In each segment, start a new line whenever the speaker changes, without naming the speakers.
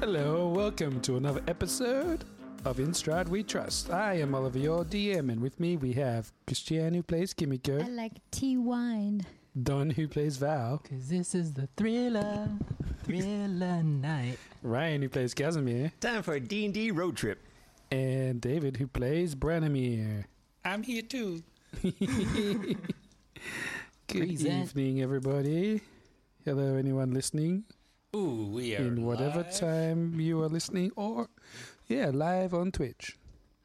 Hello, welcome to another episode of In Stride We Trust. I am Oliver, your DM, and with me we have Christiane, who plays Kimiko,
I like tea wine.
Don, who plays Val,
Cause this is the thriller, thriller night.
Ryan, who plays Casimir,
Time for a D&D road trip.
and David, who plays Branimir.
I'm here too.
Good
Present.
evening, everybody. Hello, anyone listening,
Ooh, we are
in whatever
live.
time you are listening, or yeah, live on Twitch.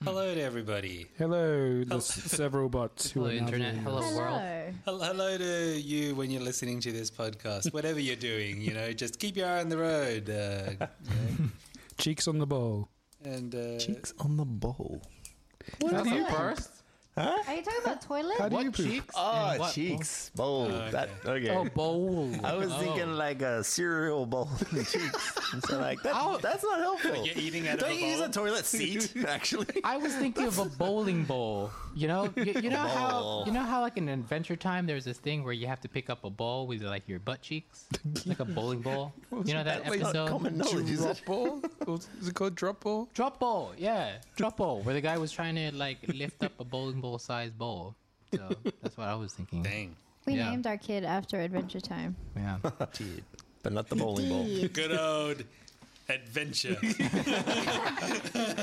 Hello to everybody.
Hello, the s- several bots who
Hello,
are now
internet.
joining
Hello,
us.
world.
Hel- Hello to you when you're listening to this podcast. Whatever you're doing, you know, just keep your eye on the road. Uh,
Cheeks on the ball.
and uh,
Cheeks on the bowl.
What
do
you,
you- Are you talking about toilet?
how do you poop?
Oh,
what
cheeks. Bowl.
Oh,
That, okay.
Oh, bowl.
I was
Oh.
thinking like a cereal bowl and cheeks. And so like, that, that's not helpful.
you're eating out
Don't
of a
you use a
bowl?
toilet seat, actually?
I was thinking of a bowling bowl. You know, you, you know how you know how like in Adventure Time there's this thing where you have to pick up a ball with like your butt cheeks, like a bowling ball. You know that
That's not
episode?
common knowledge, is it?
Drop ball? Or Is it called drop ball?
Drop ball, yeah, drop ball, where the guy was trying to like lift up a bowling ball sized ball. So that's what I was thinking.
dang,
We
Yeah.
named our kid after Adventure Time.
Yeah.
But not the bowling bowl.
good old adventure.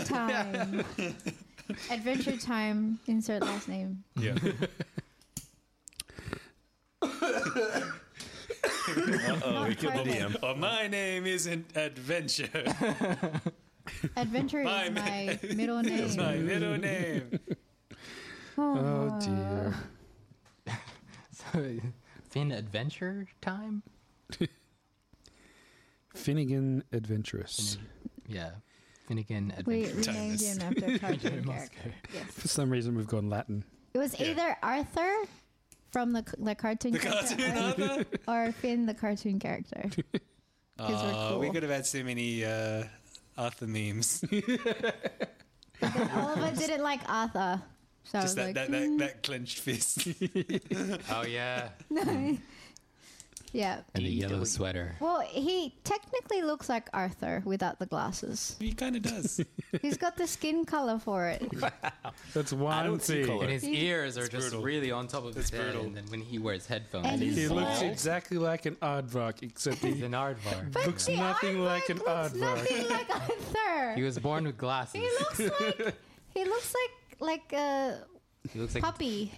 Time. Adventure Time. Insert last name.
yeah.
Not toilet.
Well, my name isn't Adventure.
Adventure
My
is
ma-
my middle
It's my
name.
middle name.
Oh dear.
So, Finn Adventure Time.
Finnegan Adventurous.
Yeah. Finnegan
We,
Adventure.
we named him after a cartoon character.
Musker.
Yes.
For some reason, we've gone Latin.
It was either Arthur from the c- the cartoon character or, or Finn the cartoon character. 'Cause we're
Oh, we
cool.
could have had so many uh, Arthur memes.
Oliver didn't like Arthur, so I was
Just that,
like,
that, that, that clenched fist.
Oh yeah.
yeah.
And the yellow sweater.
Well, he technically looks like Arthur without the glasses.
he kind of does.
He's got the skin color for it.
That's one
don't see
thing.
colour.
And his ears are just
brutal.
really on top of his
It's
head.
brutal.
And then when he wears headphones,
And
he's,
he's
He looks
Bald.
exactly like an aardvark, except
he's
he
an aardvark.
But
looks
the
nothing
aardvark
like an
looks
aardvark.
Nothing like Arthur.
He was born with glasses.
He looks like he looks like like a
He looks like
puppy.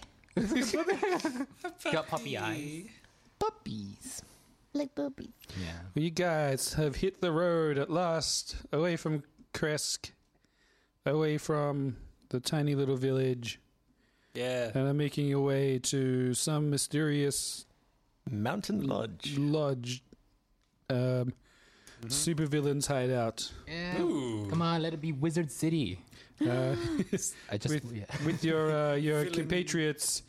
he's got puppy eyes. Puppies.
Like booby.
Yeah.
You guys have hit the road at last, away from Kresk, away from the tiny little village,
Yeah.
and are making your way to some mysterious
Mountain Lodge.
lodge, um, supervillain's hideout.
Ooh.
Come on, let it be Wizard City.
Uh,
I just
with, with your uh, your compatriots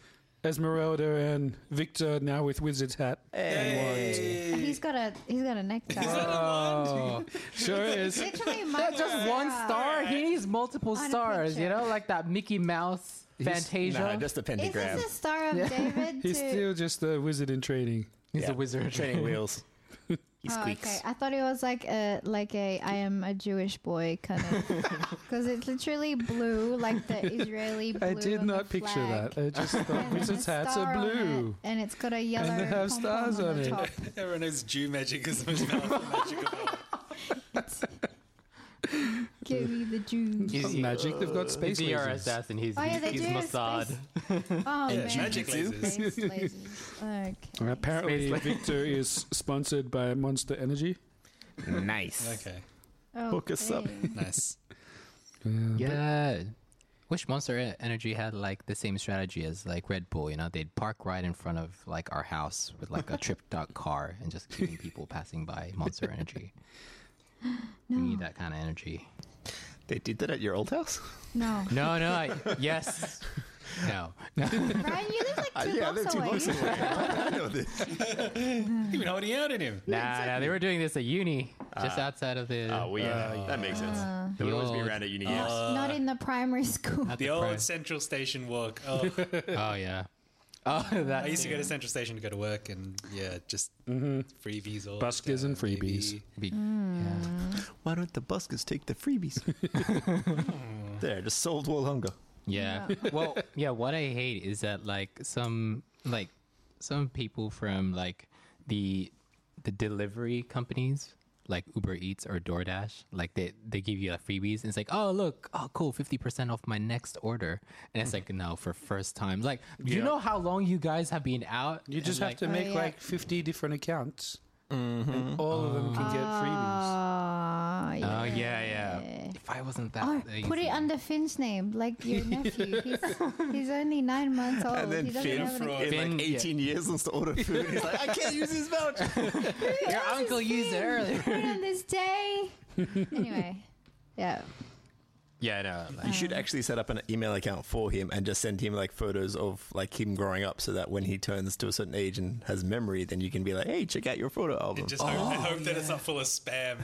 Esmeralda and Victor now with wizard's hat.
He's got a he's got a necktie.
Oh, sure is.
Literally, my
That's just one
Cinderella.
star. He needs multiple
On a
stars. You
picture.
know, like that Mickey Mouse Fantasia.
Nah, just a
Is
pentagram.
this a star of David?
He's
to-
still just a wizard in training.
He's a wizard.
Training wheels. He
Oh,
squeaks.
okay. I thought it was like a like a I am a Jewish boy kind of because it's literally blue, like the Israeli blue.
I did
on the
not picture
flag.
that. I just thought
And there's
wizards'
a
hats
star
are
on it,
blue.
and it's got a yellow.
they have
pom-pom
stars on
the
it.
top.
Everyone knows Jew magic is the most powerful magic of all.
Give me the Jews.
He's,
Not magic. They've got space
he's our
lasers.
assassin. He's,
Oh, yeah, they
he's
do have
Mossad.
space- Oh, man.
magic lasers.
Space lasers. Okay.
Apparently, Victor is sponsored by Monster Energy.
Nice.
Okay,
Hook us up.
Okay.
nice.
Yeah. Wish Monster E- Energy had like the same strategy as like Red Bull. You know, they'd park right in front of like our house with like a tripped out car and just keeping people passing by. Monster Energy. We
Mm.
need that kind of energy.
They did that at your old house?
No.
No, no, I, yes, no.
Brian, you live like two
yeah, they're
blocks
two
away.
blocks away. I know this.
You've been holding out at him.
Nah, nah, they were doing this at uni, Uh, just outside of the. uh,
Oh, well, yeah,
Uh,
that makes sense.
Ah.
They would always be
Yo.
around at uni games.
Not in the primary school.
at
Ah, The old
pri-
Central Station walk. Oh,
Oh yeah. Oh, that.
I used to go to Central Station to go to work, and yeah, just
Mm-hmm.
freebies all
Buskers and
the time,
freebies.
baby.
be-
Why don't the buskers take the freebies?
Hmm.
there, just solved world hunger.
Yeah. well, yeah. What I hate is that like some like some people from like the the delivery companies like Uber Eats or DoorDash, like they they give you like freebies and it's like, oh look, oh cool, fifty percent off my next order, and it's like no for first time. Like, do you know how long you guys have been out?
You just have to
Oh,
make
yeah.
like 50 different accounts,
Mm-hmm.
and all of them can get freebies.
Ah,
Oh
Uh,
yeah.
yeah, yeah. If I wasn't that,
Or
lazy.
Oh, put it under Finn's name, like your nephew. He's, he's only nine months old.
And then
Oh, he doesn't
Finn,
have an
in
Finn,
like
yeah.
18 years, wants to order food. He's like, I can't use this voucher.
your uncle used it earlier.
account on this day. anyway, yeah.
yeah, no.
You
Like,
should actually set up an email account for him and just send him like photos of like him growing up, so that when he turns to a certain age and has memory, then you can be like, "Hey, check out your photo album."
Just
Oh,
hope, I hope that it's not full of spam.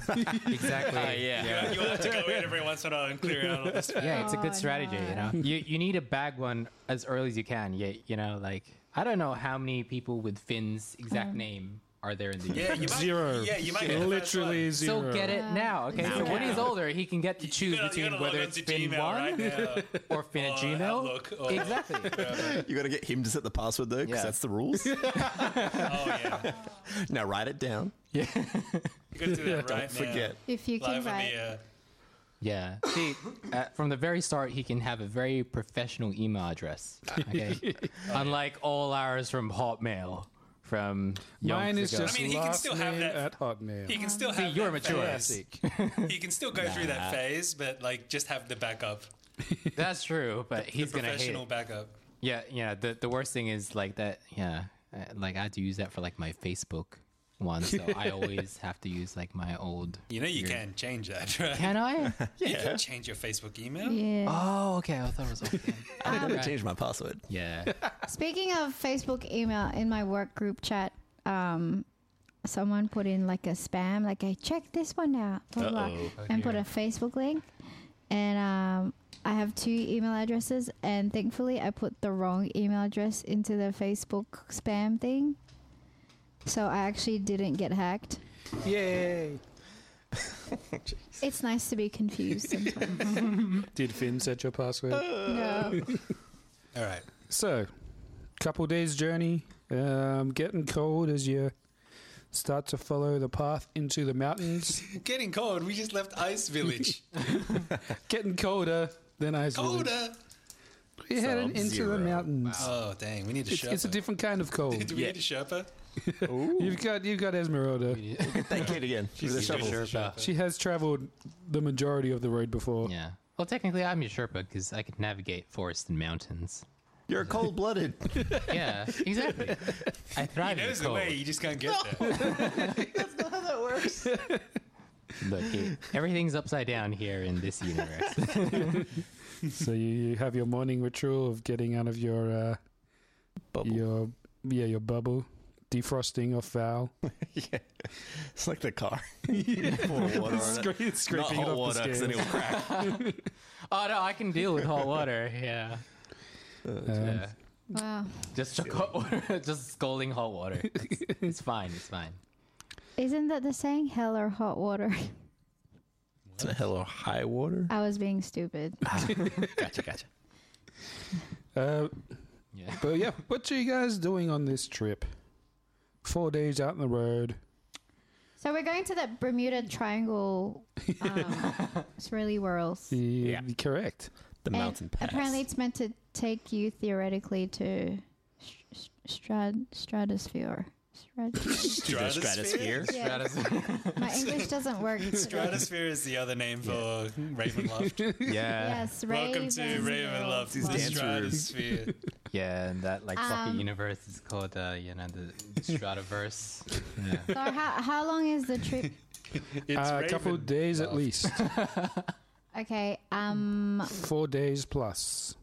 exactly. yeah.
you have to go in every once in a while and clear out all the spam.
Yeah, it's a
Oh,
good strategy. You know, you you need to bag one as early as you can. Yeah, you know, like I don't know how many people with Finn's exact name are there in the
Yeah, you might,
Zero.
Yeah, you might get the first one.
Literally
So
zero.
get it now, okay? so when he's older, he can get to choose
gotta-
between
you gotta
whether
log
it's
onto
Finn
Gmail
one
right now.
or Finn at
Or
Gmail.
Outlook or-
exactly.
You got to get him to set the password though, because
Yeah.
that's the rules.
Oh yeah,
now write it down.
you got to do that right now.
Forget.
If you can
Live on
write.
the uh,
Yeah. See, uh, from the very start, he can have a very professional email address. Okay. Unlike all ours from Hotmail. From
Mine is
months
just
ago.
I mean, he can
last
still have
name
that-
at Hotmail.
Um,
He can still have.
you're
that
mature.
phase. He can still go through that phase, but like just have the backup,
that's true, but he's
the
gonna hate.
professional
it.
backup.
Yeah, yeah. The the worst thing is like that. Yeah, uh, like I had to use that for like my Facebook one, so I always have to use like my old.
You know you can change that, right?
Can I?
You can change your Facebook email.
Yeah.
Oh, okay. I thought it was. Okay.
I never changed my password.
Yeah.
Speaking of Facebook email, in my work group chat, um, someone put in like a spam, like I check this one out, blah, blah, blah, and put a Facebook link. And um, I have two email addresses, and thankfully I put the wrong email address into the Facebook spam thing. So I actually didn't get hacked.
Yay!
It's nice to be confused sometimes.
Did Finn set your
Uh.
password?
no.
All right.
so, couple days journey. Um, getting cold as you start to follow the path into the mountains.
Getting cold. We just left Ice Village.
getting colder than I was.
Colder.
You're heading into the
Sub-zero.
mountains.
Oh dang, we need a
It's,
Sherpa.
it's a different kind of cold.
Do we need a Sherpa?
You've got you've got Esmeralda.
That kid again. She's a shovel.
She has travelled the majority of the road before.
Yeah. Well, technically, I'm your Sherpa because I can navigate forests and mountains.
You're cold blooded.
Yeah, exactly. I thrive in the
There's a
cold.
way you just can't get there.
Look, it- everything's upside down here in this universe.
So you, you have your morning ritual of getting out of your uh,
Bubble.
Your yeah, your bubble defrosting off valve.
yeah. It's like the car. Pour water on it.
Scra- it's
Not
scraping it
hot
off
water,
the
'cause
scale.
then it'll crack.
Oh no, I can deal with hot water. Yeah.
um,
yeah.
Wow.
Just chuck hot water. Just scalding hot water. It's, it's fine. It's fine.
Isn't that the saying, hell or hot water?
It's a hell or high water.
I was being stupid.
Gotcha, gotcha.
Uh,
Yeah.
but yeah, what are you guys doing on this trip? Four days out on the road.
So we're going to the Bermuda Triangle. Um, it's really whirls.
Yeah,
Yeah.
correct.
The
And
mountain pass.
Apparently, it's meant to take you theoretically to sh- sh- strad- stratosphere. Strat-
To the stratosphere.
yeah, my English doesn't work. today.
Stratosphere is the other name for Ravenloft.
Yeah.
Yes,
Welcome to Ravenloft. It's the
Dance room.
Stratosphere.
Yeah, and that like
Um,
fucking universe is called uh, you know the Stratoverse. yeah.
So how, how long is the trip?
It's
Uh, a
Raven.
couple of days at least.
Okay. Um.
Four days plus.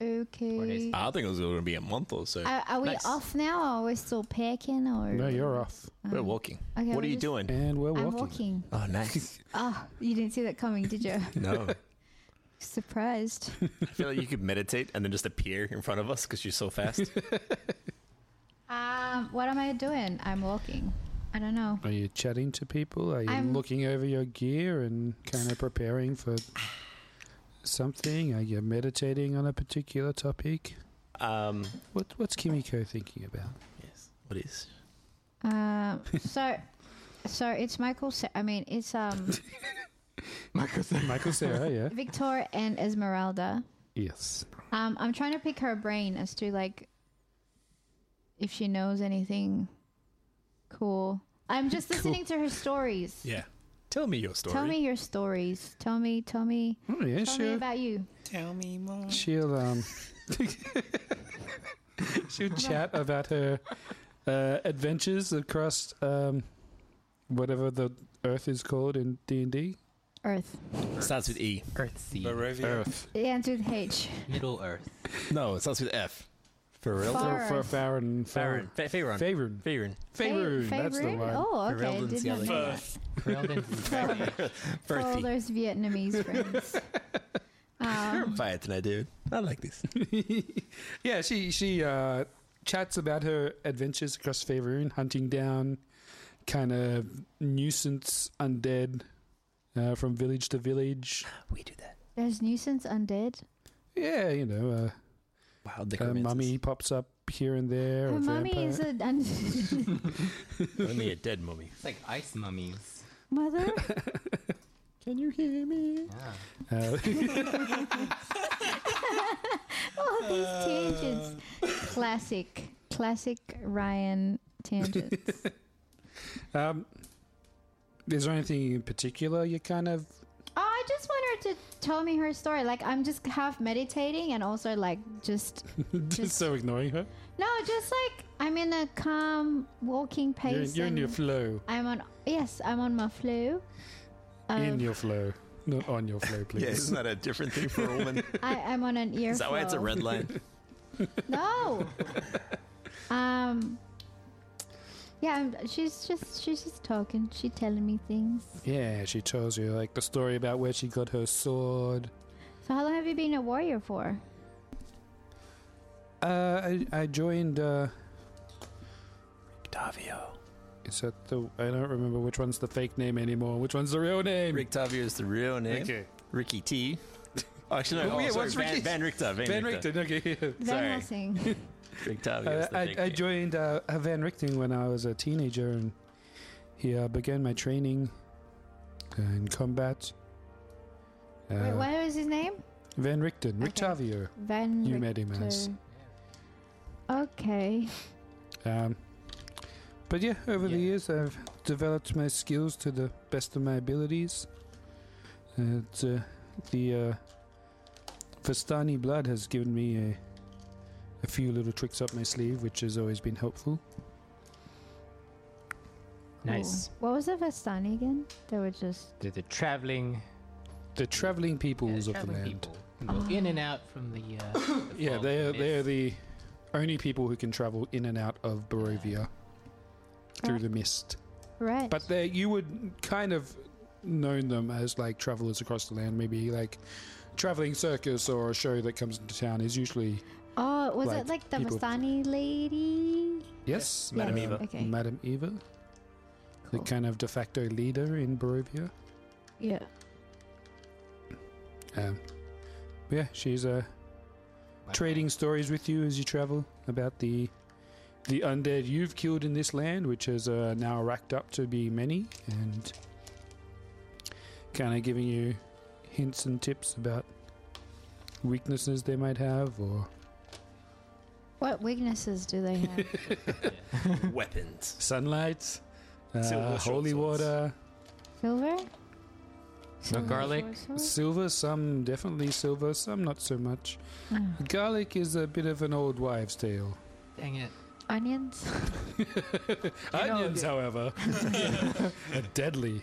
Okay.
I think it was going to be a month or so.
Are, are we
Nice.
off now, or are we still packing? Or
No, you're off.
We're walking.
Okay,
what
we're
are you
just-
doing?
And we're
I'm
walking.
walking.
Oh, nice.
Oh, you didn't see that coming, did you?
no.
Surprised.
I feel like you could meditate and then just appear in front of us because you're so fast.
Um, what am I doing? I'm walking. I don't know.
Are you chatting to people? Are you
I'm-
looking over your gear and kind of preparing for something? Are you meditating on a particular topic?
um,
What What's Kimiko thinking about?
yes. What is?
Um, so, so it's Michael. Sa- I mean, it's um
Michael Sarah, yeah?
Victor and Esmeralda.
Yes.
Um, I'm trying to pick her brain as to like if she knows anything cool. I'm just listening to her stories.
Yeah. Tell me your story.
Tell me your stories. Tell me, tell me,
Oh, yeah,
tell me
sure.
about you.
Tell me more.
She'll um, she'll chat about her uh, adventures across um, whatever the Earth is called in D and D.
Earth.
Starts with E.
Earthsea,
Barovia.
It ends with H.
Middle Earth.
No, it starts with F. For real?
Far
For
Earth.
Farron,
Farron.
Farron,
Fa- Faerun.
Faerun,
Faerun.
Faerun. That's the
Favorite?
one.
Oh, okay.
Ferelden's
Did
the
not
other
know
one.
that.
Ferelden.
For all
Firthy.
those Vietnamese friends.
You're
Um,
on fire tonight, dude. I like this.
yeah, she she uh, chats about her adventures across Faerun, hunting down kind of nuisance undead uh, from village to village.
We do that.
there's nuisance undead.
Yeah, you know, uh,
Wow,
her
necromancers.
mummy pops up here and there.
Her
a
mummy
vampire.
is an undead
Only a dead mummy.
It's like ice mummies.
mother.
Can you hear me?
Yeah.
Uh,
All Oh, these
Uh.
tangents. Classic, classic Ryan tangents.
um, is there anything in particular you kind of?
Oh, I just want her to tell me her story. Like I'm just half meditating and also like just
just so ignoring her.
no, just like I'm in a calm walking pace.
You're, you're in your
and
flow.
I'm on. Yes, I'm on my flow.
in
Um,
your flow, not on your flow, please.
Yeah, isn't that a different thing for a woman?
I, I'm on an ear.
Is that why it's a
flow.
red line?
No. um. Yeah, I'm- she's just she's just talking. She telling me things.
Yeah, she tells you like the story about where she got her sword.
So how long have you been a warrior for?
Uh, I, I joined. Uh,
Davio.
is that the? I don't remember which one's the fake name anymore. Which one's the real name?
Rick Tavio is the real name.
Okay.
Ricky T. Oh, actually, no.
Oh,
Oh,
yeah,
sorry,
what's
Van,
Ricky-
Van Richter. Van,
Van
Richter.
Richten. Okay.
Sorry.
Van Helsing.
Rick
Oh,
Tavio
Uh,
is the
I,
big
I
name.
joined uh, uh, Van Richten when I was a teenager, and he uh, began my training uh, in combat. Uh,
Wait, what was his name?
Van Richten, Rick
Okay.
Tavio.
Van.
You met him as.
Okay.
Um, but yeah, over the
Yeah.
years, I've developed my skills to the best of my abilities. And uh, the uh, Vistani blood has given me a, a few little tricks up my sleeve, which has always been helpful.
Nice.
What was the Vastani again? They were just.
They're the traveling,
The traveling
yeah,
peoples
the
of the
traveling
land.
people. who Go in and out from the. Uh, the
Yeah,
fog
they are,
and
they are
mist.
the only people who can travel in and out of Barovia through
Right.
the mist.
Right.
But they, you would kind of known them as like travelers across the land, maybe like traveling circus or a show that comes into town is usually
oh, was
like,
it like the
people-
Vastani lady?
yes,
Madam
uh,
Eva. Okay.
Madam Eva, the
Cool.
kind of de facto leader in Barovia.
Yeah.
Um, yeah, she's uh, trading stories with you as you travel about the the undead you've killed in this land, which is uh, now racked up to be many, and kind of giving you hints and tips about weaknesses they might have, or
What weaknesses do they have?
Weapons.
sunlight,
Silver
uh,
short
holy
swords.
water,
Silver?
No
Silver
garlic.
short sword?
silver. Some definitely silver, some not so much. Garlic is a bit of an old wives' tale.
Dang it.
Onions?
Onions, however, are deadly.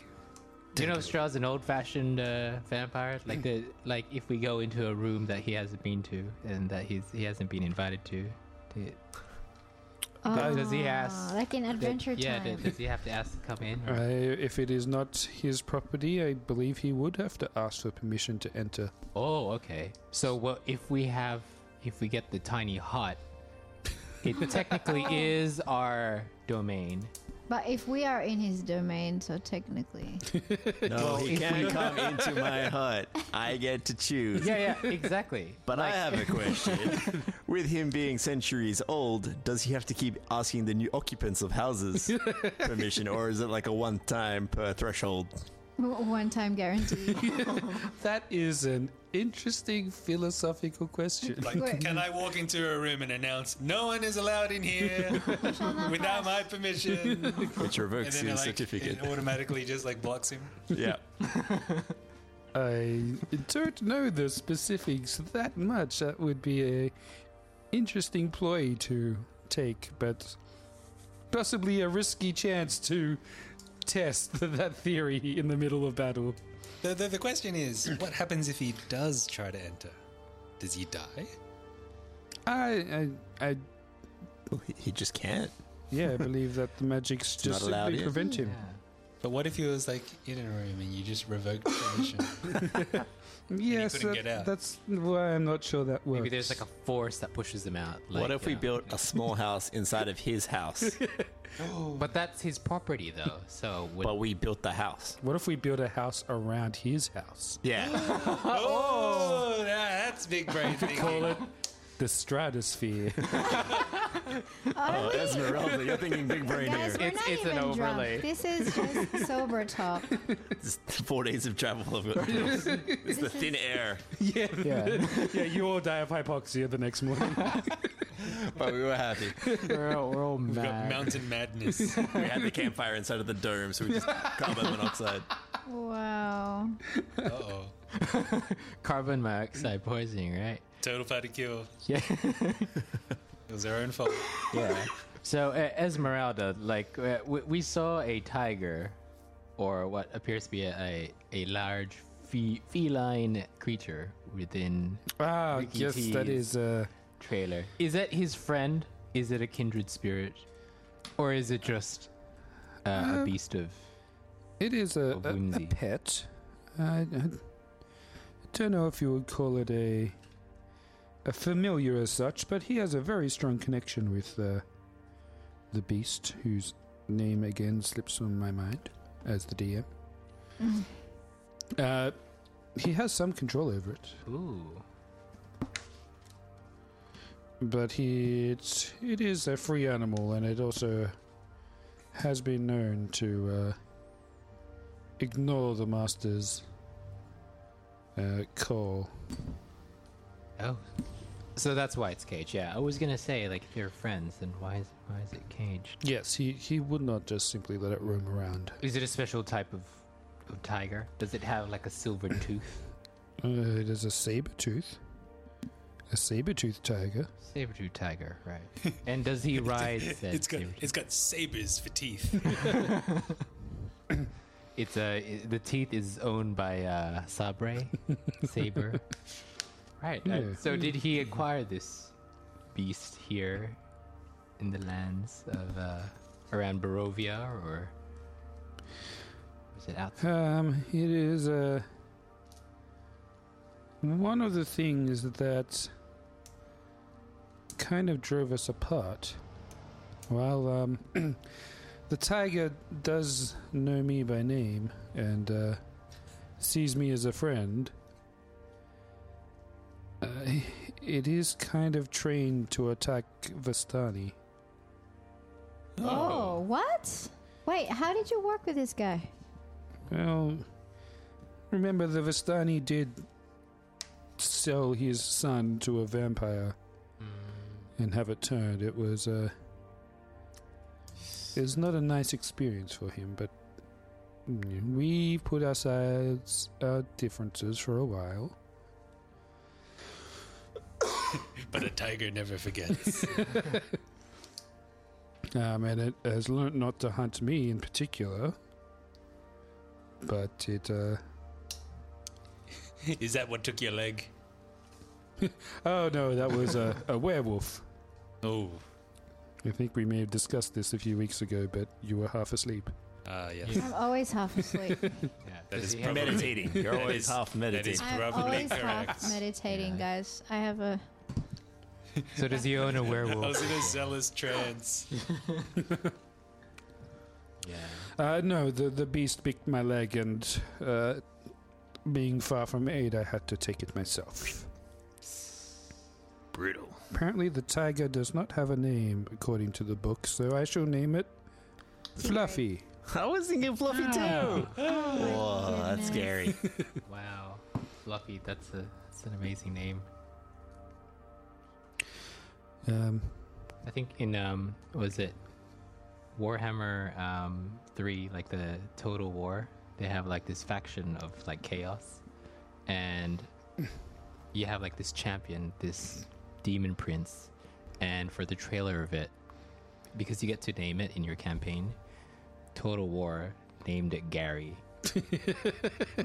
Do you know Straw's an old-fashioned uh, vampire? Like the like if we go into a room that he hasn't been to and that he's he hasn't been invited to, do- does he ask?
Ah, like in Adventure
yeah,
Time.
does- does he have to ask to come in?
I, if it is not his property, I believe he would have to ask for permission to enter.
Oh, okay. So what if we have if we get the tiny hut? It
Oh.
technically is our domain.
But if we are in his domain, so technically.
No, he can't come into my hut. I get to choose.
Yeah, yeah, exactly.
But I have a question. With him being centuries old, does he have to keep asking the new occupants of houses permission, or is it like a one time per threshold?
One time guarantee.
That is an interesting philosophical question.
Like, can I walk into a room and announce no one is allowed in here
Oh,
without my permission? And
Which revokes
then
his
it, like,
certificate.
it automatically just like blocks him.
yeah.
I don't know the specifics that much. That would be a interesting ploy to take, but possibly a risky chance to test that theory in the middle of battle.
The, the, the question is, what happens if he does try to enter? Does he die?
I, I, I
Well, he- He just can't.
yeah, I believe that the magics
not
just
allowed
simply
yet.
prevent him.
But what if he was like in a room and you just revoked permission?
Yes,
couldn't
that-
get out.
that's why I'm not sure that works.
Maybe there's like a force that pushes them out. Like,
what if we
uh,
built a small house inside of his house,
But that's his property, though. So would,
but we built the house?
What if we build a house around his house?
Yeah.
oh, that- that's big brain thinking.
The stratosphere.
Oh, Esmeralda, you're thinking big brain
Guys,
here.
we're
It's-
not
it's an
even
overlay.
drunk. This is just sober talk.
It's four days of travel. I've got to do. It's the thin air.
yeah, yeah. You all die of hypoxia the next morning.
But we were happy.
we're, all- we're all
Got
mad.
mountain madness.
We had the campfire inside of the dome, so we just carbon monoxide.
Wow.
Uh-oh.
Carbon monoxide poisoning, right?
Total party kill.
Yeah.
It was our own fault.
Yeah. so uh, Esmeralda, like uh, we, we saw a tiger, or what appears to be a a, a large fe- feline creature within
Ah,
Ricky
yes, that
tease.
is. Uh,
trailer. Is that his friend? Is it a kindred spirit, or is it just uh, a beast of?
it is a,
Of
a, a
whimsy.
pet. I, I don't know if you would call it a a familiar as such, but he has a very strong connection with uh, the beast, whose name again slips from my mind as the DM. Uh, he has some control over it.
Ooh.
but he it's, it is a free animal and it also has been known to uh, ignore the master's uh, call
Oh. So that's why it's caged. Yeah, I was gonna say like if you're friends, then why is why is it caged?
yes he, he would not just simply let it roam around
Is it a special type of of tiger? Does it have like a silver tooth?
uh, it is a saber tooth a saber tooth tiger
Saber tooth tiger, right? And does he ride said
It's got,
saber-tooth-
it's got sabers for teeth.
It's uh, i- the teeth is owned by uh, Sabre, Saber. Right. uh,
Yeah.
so did he acquire this beast here in the lands of uh, around Barovia, or is it outside?
Um, it is uh, one of the things that kind of drove us apart. Well, um, the tiger does know me by name and uh, sees me as a friend. Uh, it is kind of trained to attack Vestani.
Oh, what? Wait, how did you work with this guy?
Well, remember the Vistani did sell his son to a vampire and have it turned. It was uh, it was not a nice experience for him, but mm, we put aside our differences for a while.
But a tiger never forgets.
Um, and it has learnt not to hunt me in particular. But it, uh,
Is that what took your leg?
oh no, that was a, a werewolf.
Oh,
I think we may have discussed this a few weeks ago, but you were half asleep.
ah, yes.
I'm always half asleep.
Yeah,
That
does
is
he have-
probably-
Meditating. You're
That
always
is-
half meditating.
that
I'm
Probably
always
correct.
half meditating,
Yeah.
guys. I have a
so does he own a
I was
werewolf?
in a zealous trance.
yeah.
Uh, no, the the beast bit my leg, and uh, being far from aid, I had to take it myself.
Brutal.
Apparently, the tiger does not have a name according to the book, so I shall name it Fluffy.
I was thinking Fluffy
Oh,
too. Whoa, Oh, that's scary.
goodness.
Wow, Fluffy, that's a that's an amazing name.
Um,
I think in um was it Warhammer um three, like the Total War, they have like this faction of like chaos. And you have like this champion, this demon prince, and for the trailer of it, because you get to name it in your campaign, Total War named it Gary.
what?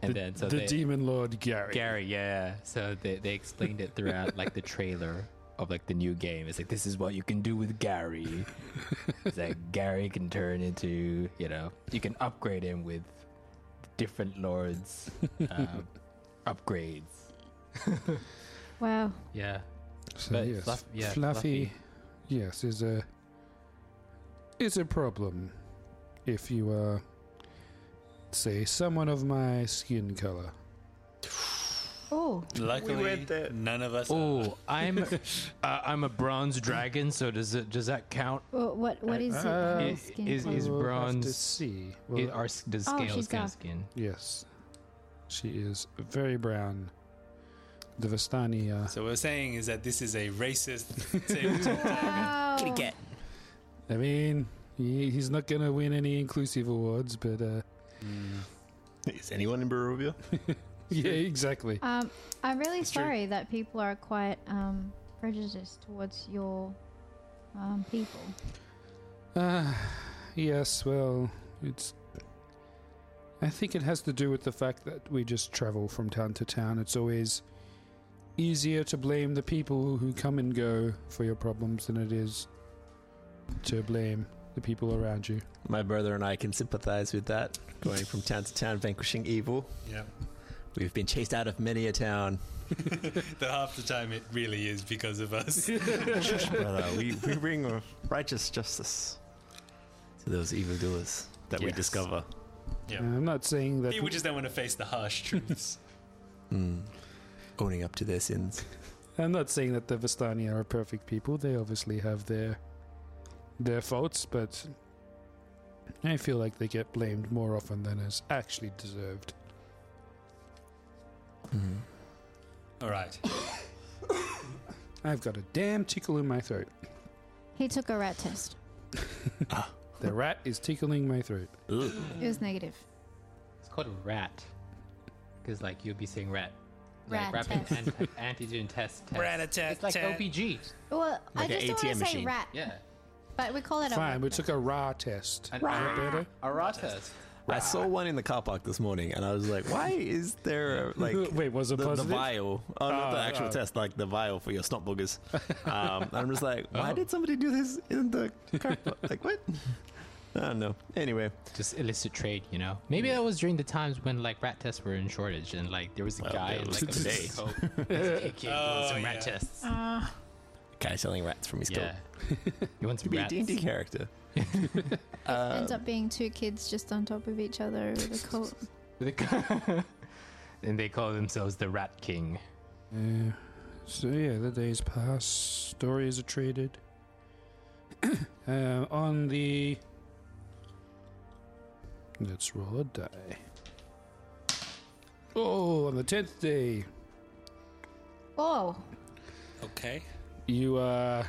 And
the
then so
the
they,
demon lord Gary.
Gary, yeah. So they, they explained it throughout like the trailer of like the new game. It's like this is what you can do with Gary. it's like Gary can turn into you know you can upgrade him with different lords um, upgrades.
Wow.
Yeah,
So,
But
yes,
Fluff- yeah,
fluffy,
Fluffy.
yes, is a is a problem if you are, say, someone of my skin color.
Oh,
Luckily,
went there.
none of us. are.
Oh, I'm uh, I'm a bronze dragon, so does it does that count?
well, what what is it?
Uh,
Her
i-
skin
is-
color?
is-
We'll have to
bronze-
see.
it,
Well,
our s- does
Oh,
scales
she's
count
got-
skin?
Yes. She is very brown. The Vistani are
So what we're saying is that this is a racist. tabletop.
wow.
I mean, he, he's not going to win any inclusive awards, but uh,
Hmm. Is anyone in Barovia?
yeah, exactly.
Um, I'm really
true.
sorry that people are quite um, prejudiced towards your um, people.
Uh, yes, well, it's. I think it has to do with the fact that we just travel from town to town. It's always easier to blame the people who come and go for your problems than it is to blame the people around you.
My brother and I can sympathize with that. Going from town to town, vanquishing evil.
yeah.
We've been chased out of many a town.
That half the time it really is because of us.
Brother, we, we bring righteous justice to those evildoers that we
Yes.
discover.
Yeah.
And I'm not saying that.
People just don't want to face the harsh truths.
Mm. Owning up to their sins.
I'm not saying that the Vistani are perfect people. They obviously have their their faults, but I feel like they get blamed more often than is actually deserved.
Hmm. All right.
I've got a damn tickle in my throat.
He took a rat test.
The rat is tickling my throat.
It was negative.
It's called a rat because like you'll be saying rat.
Rat
Like rapid
test.
ant- antigen test. test.
Rat attack
It's like
test.
OPG.
Well, I
Like a
just don't want
ATM
to say
machine.
rat,
Yeah.
but we call it a
Fine,
rat
we
test.
took a raw test.
An
Is that better?
A rat test.
I saw one in the car park this morning, and I was like, "Why is there a, like
Wait, was it
the, the
positive?
vial? Oh, not the
Ah,
actual
ah.
test, like the vial for your snot boogers." um, and I'm just like,
Oh.
"Why did somebody do this in the car park? Like what?" I don't know. Anyway,
Just illicit trade, you know. Maybe that was during the times when like rat tests were in shortage, and like there was a guy
it
in
was
like a
today.
big coat. Hey, kid, you want
Oh,
some rat
yeah.
tests.
Uh,
guy selling rats from his
yeah.
store.
you want some
Be a
rats?
D&D character.
Ends up being two kids just on top of each other with a coat.
They ca- and they call themselves the Rat King.
Uh, so yeah, the days pass. Stories are traded. uh, on the let's roll a die. Oh, on the tenth day,
Oh,
Okay.
you uh,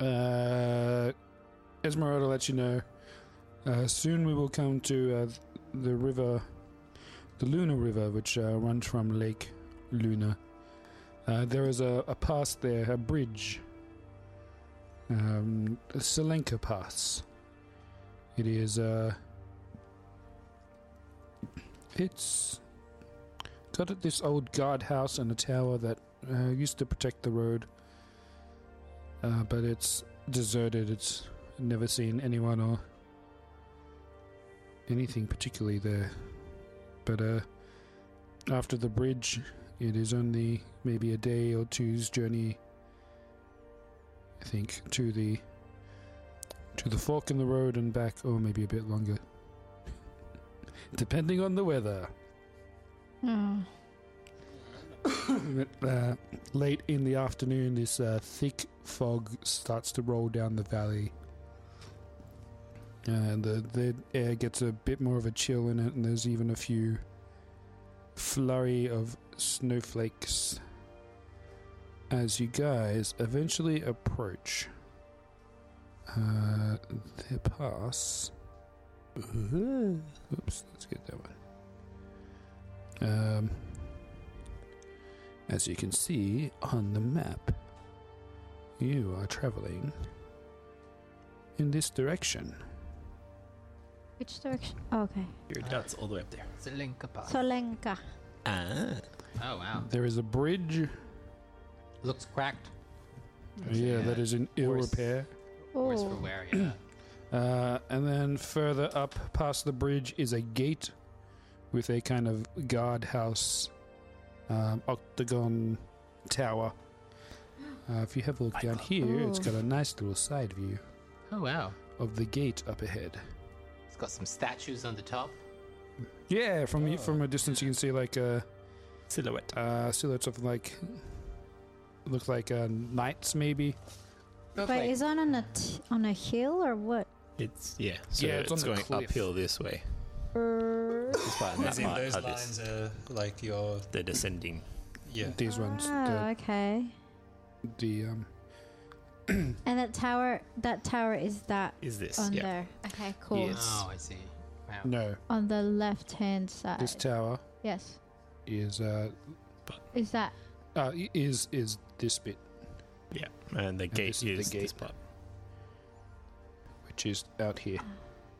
uh, Esmeralda lets you know. Uh, soon we will come to uh, the river, the Luna River, which uh, runs from Lake Luna. Uh, there is a, a pass there, a bridge. Um, the Selenka Pass. It is, uh. It's got this old guardhouse and a tower that uh, used to protect the road. Uh, but it's deserted. It's never seen anyone or anything particularly there. But uh, after the bridge, it is only maybe a day or two's journey. I think to the to the fork in the road and back, or maybe a bit longer, depending on the weather.
Mm.
uh, late in the afternoon, this uh, thick fog starts to roll down the valley. Uh, And the, the air gets a bit more of a chill in it, and there's even a few flurry of snowflakes as you guys eventually approach uh, the pass. Oops, let's get that one. Um, as you can see on the map, you are traveling in this direction.
which direction? Oh, okay.
Your nuts all the way up there.
Solenka.
Ah.
Oh wow,
There is a bridge.
looks cracked.
Oh, Yeah, that
uh,
is in ill
Worse.
repair.
Worse for
Oh.
wear, yeah.
Uh, and then further up past the bridge is a gate with a kind of guardhouse um, octagon tower. Uh, if you have a look down here, it's
Ooh.
got a nice little side view
oh wow,
of the gate up ahead.
it's got some statues on the top.
Yeah, from y
Ah.
from a distance you can see like uh,
Silhouette.
uh, silhouettes of like look like uh, knights maybe.
Look
Wait,
like-
is that on a t- on a hill or what?
It's yeah. So
Yeah,
it's,
it's on the
going
cliff.
uphill this way.
Er,
This part and
As
that
in
part
those
are
lines
this.
are like your
They're descending.
yeah.
These ones,
ah,
the,
okay.
the um,
And that tower, that tower is that
Is this?
on
yeah.
there? Okay, cool.
Yes.
Oh, I see. Wow.
no,
On the left hand side.
this tower
yes.
is uh,
Is that?
uh i- is is this bit,
Yeah. And the gate
this is the
is this
gate.
part.
which is out here.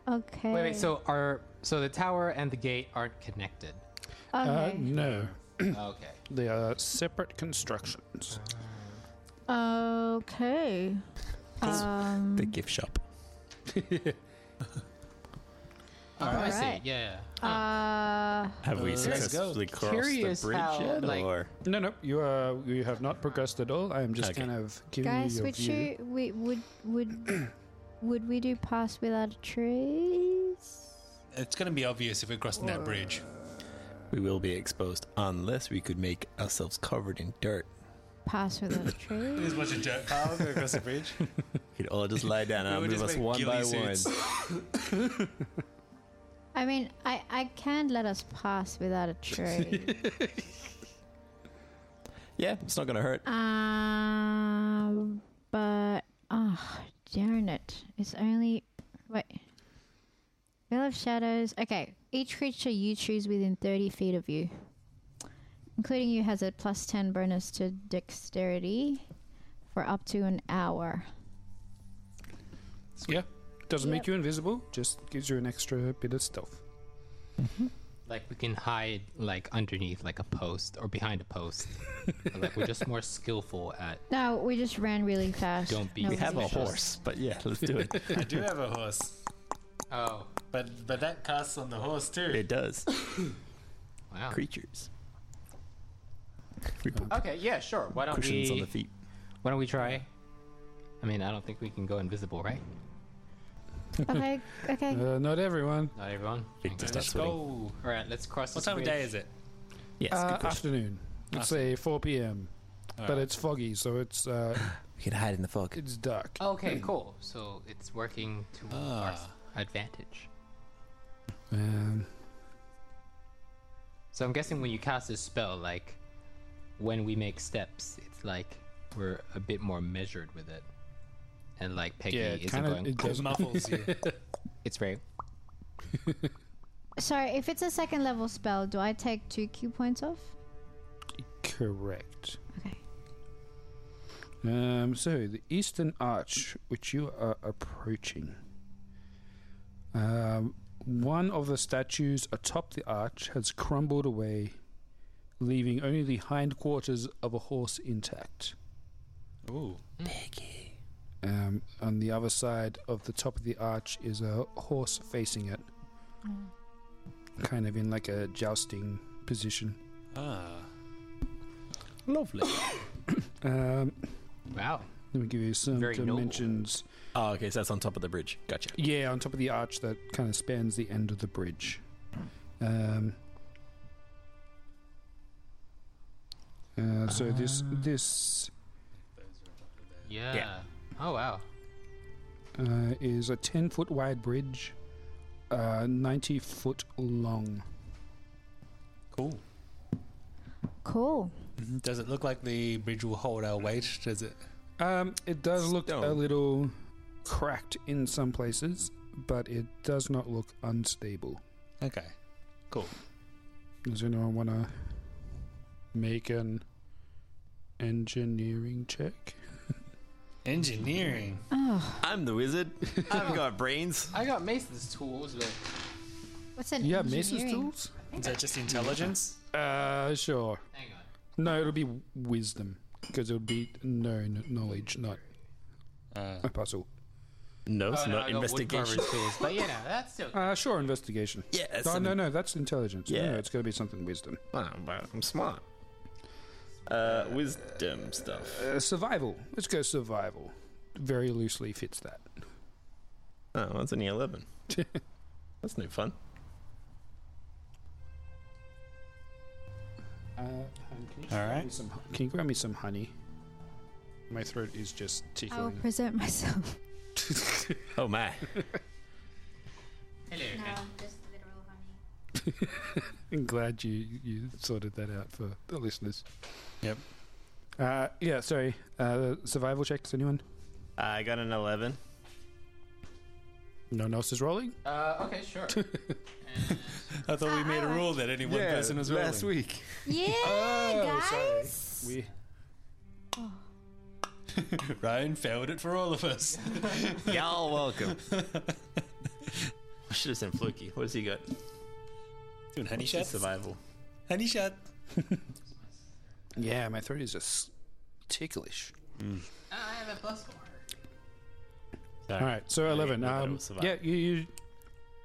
Okay.
Wait, wait. So are so the tower and the gate aren't connected?
Uh,
Okay.
no,
okay.
they are separate constructions.
Ah.
okay. Um,
The gift shop.
Oh, I see.
Alright.
Yeah. yeah. Ah.
uh,
Have we
go.
successfully crossed
Curious
the bridge
how,
yet,
like-
or
No, no, you are you have not progressed at all. I am just
Okay.
kind of giving
guys,
you your
would
view.
you we would would would we do pass without a trace?
It's going to be obvious if we're crossing that bridge.
We will be exposed unless we could make ourselves covered in dirt.
Pass without a trace.
There's a bunch of dirt piles across the bridge.
We could all just lie down
We
and I'll
would
move
just
us
make
one by
ghillie
one.
suits.
I mean, I I can't let us pass without a trace.
Yeah, it's not gonna hurt.
um, but oh, darn it! It's only wait. Veil of shadows. Okay, each creature you choose within thirty feet of you, including you, has a plus ten bonus to dexterity for up to an hour.
Yeah, Doesn't
Yep.
make you invisible, just gives you an extra bit of stealth.
Like we can hide like underneath like a post or behind a post. like we're just more skillful at
No, we just ran really fast.
Don't be
No,
We have a
didn't.
horse,
but yeah, let's
do it.
I do have a horse.
Oh.
But but that casts on the horse too.
It does.
wow.
Creatures.
Okay, yeah, sure. Why don't
Cushions
we
on the feet.
Why don't we try? I mean, I don't think we can go invisible, right?
Okay, okay.
Uh, not everyone.
Not everyone.
Victor's
Okay.
not
Let's
sweating.
Ooh.
All right, let's cross
What
this
time of
bridge.
day is it?
Yes,
Uh,
good question.
afternoon. Let's say 4 p.m. But it's foggy, so it's uh,
We can hide in the fog.
it's dark.
Okay, cool. So it's working to our
Ah.
advantage.
Um,
So I'm guessing when you cast this spell, like when we make steps, it's like we're a bit more measured with it. And like Peggy
yeah, it
isn't
kind of
going.
it
It
does.
muffles you.
It's very.
Sorry, if it's a second level spell, do I take two Q points off?
Correct.
Okay.
Um, so the eastern arch, which you are approaching, um, one of the statues atop the arch has crumbled away, leaving only the hindquarters of a horse intact.
Ooh.
Um, on the other side of the top of the arch is a horse facing it, kind of in like a jousting position.
Ah.
Lovely.
Um,
Wow.
let me give you some
Very noble.
dimensions.
Oh, okay, so that's on top of the bridge. Gotcha.
Yeah, on top of the arch that kind of spans the end of the bridge. Um, uh, so this this
Yeah. Oh wow.
uh, is a ten foot wide bridge, uh, ninety foot long.
Cool.
Cool.
Does it look like the bridge will hold our weight? Does it?
Um, it does look a
Stone.
little cracked in some places, but it does not look unstable.
Okay. Cool.
Does anyone want to make an engineering check?
Engineering.
Oh,
I'm the wizard. I've got brains.
I got Mason's tools, but
what's an
You have Mace's
engineering?
tools?
Is that just intelligence?
Uh, sure.
hang on.
No, it'll be wisdom because it'll be known knowledge, not
Uh,
a puzzle.
No, it's
Oh, no,
not
I got
investigation.
woodcarver's tools, but you know that's still.
Uh, sure, investigation.
Yeah, that's
No,
an-
no, no, that's intelligence. Yeah,
Yeah.
no, it's gonna be something wisdom.
Wow, but I'm smart. Uh, wisdom stuff.
Uh, survival. Let's go survival. Very loosely fits that.
Oh, that's only 11. That's no fun.
Uh, hon, can you
All
grab
right.
me some- Can you grab me some honey? My throat is just
I will
tickling.
present myself.
Oh, my.
Hello.
just literal honey.
I'm glad you you sorted that out for the listeners.
Yep.
Uh, yeah. Sorry. Uh, survival checks. Anyone?
I got an 11.
No one else is rolling.
Uh, okay, sure.
I thought we made a rule that any one person was rolling.
last week.
Yeah, guys.
We
Ryan failed it for all of us.
Y'all welcome. I should have sent Fluky. What has he got?
Doing honey
Just
shots.
survival.
Honey shot.
Yeah, my throat is just ticklish.
I have a plus four.
All right, so eleven.
I thought it
Um,
was survival.
yeah, you, you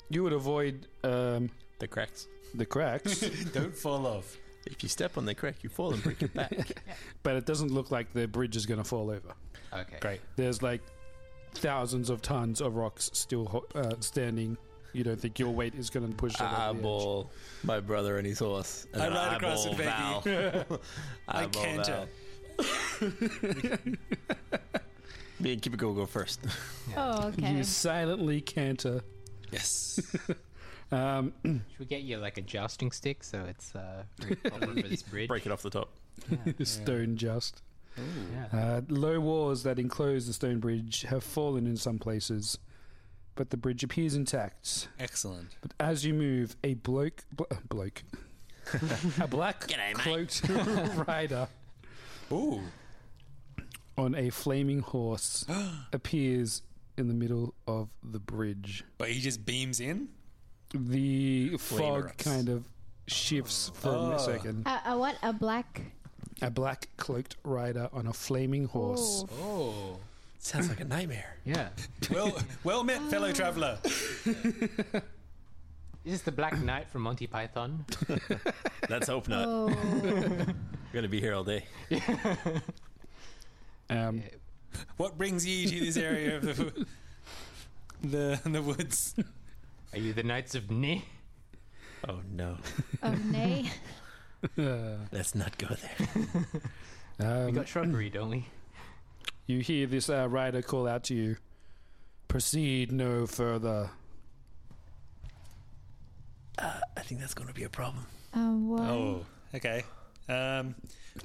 you would avoid um,
The cracks.
the cracks,
Don't fall off.
If you step on the crack, you fall and break your back.
but it doesn't look like the bridge is going to fall over.
Okay.
Great.
There's like thousands of tons of rocks still ho- uh, standing. You don't think your weight is going to push it over the edge.
eyeball my brother and his horse. And
I
then
ride across it,
eyeball Val.
I
Eyeball
canter.
Val. Me and Kipiko go first.
Oh, okay.
You silently canter.
Yes.
Um,
Should we get you like a jousting stick so it's uh very proper for this bridge?
Break it off the top.
stone just.
Yeah.
Uh, low walls that enclose the stone bridge have fallen in some places, but the bridge appears intact.
Excellent.
But as you move, a bloke, bl- uh, bloke, a black cloaked rider
Ooh.
on a flaming horse appears in the middle of the bridge.
But he just beams in.
The
Flamer
fog
us.
kind of shifts for
Oh.
a second.
A, a what? A black.
A black cloaked rider on a flaming horse.
Ooh.
Oh, sounds like a nightmare.
Yeah.
well, well met, fellow traveler.
Is this the Black Knight from Monty Python?
Let's hope
Uh.
not.
Oh.
We're gonna be here all day.
Um,
What brings you to this area of the the the woods?
Are you the Knights of Ni?
Oh no,
oh, nay.
let's not go there.
We
um,
got shrubbery, don't we?
you hear this uh, rider call out to you. Proceed no further.
I think that's gonna be a problem.
Oh, what?
Oh, okay. Um,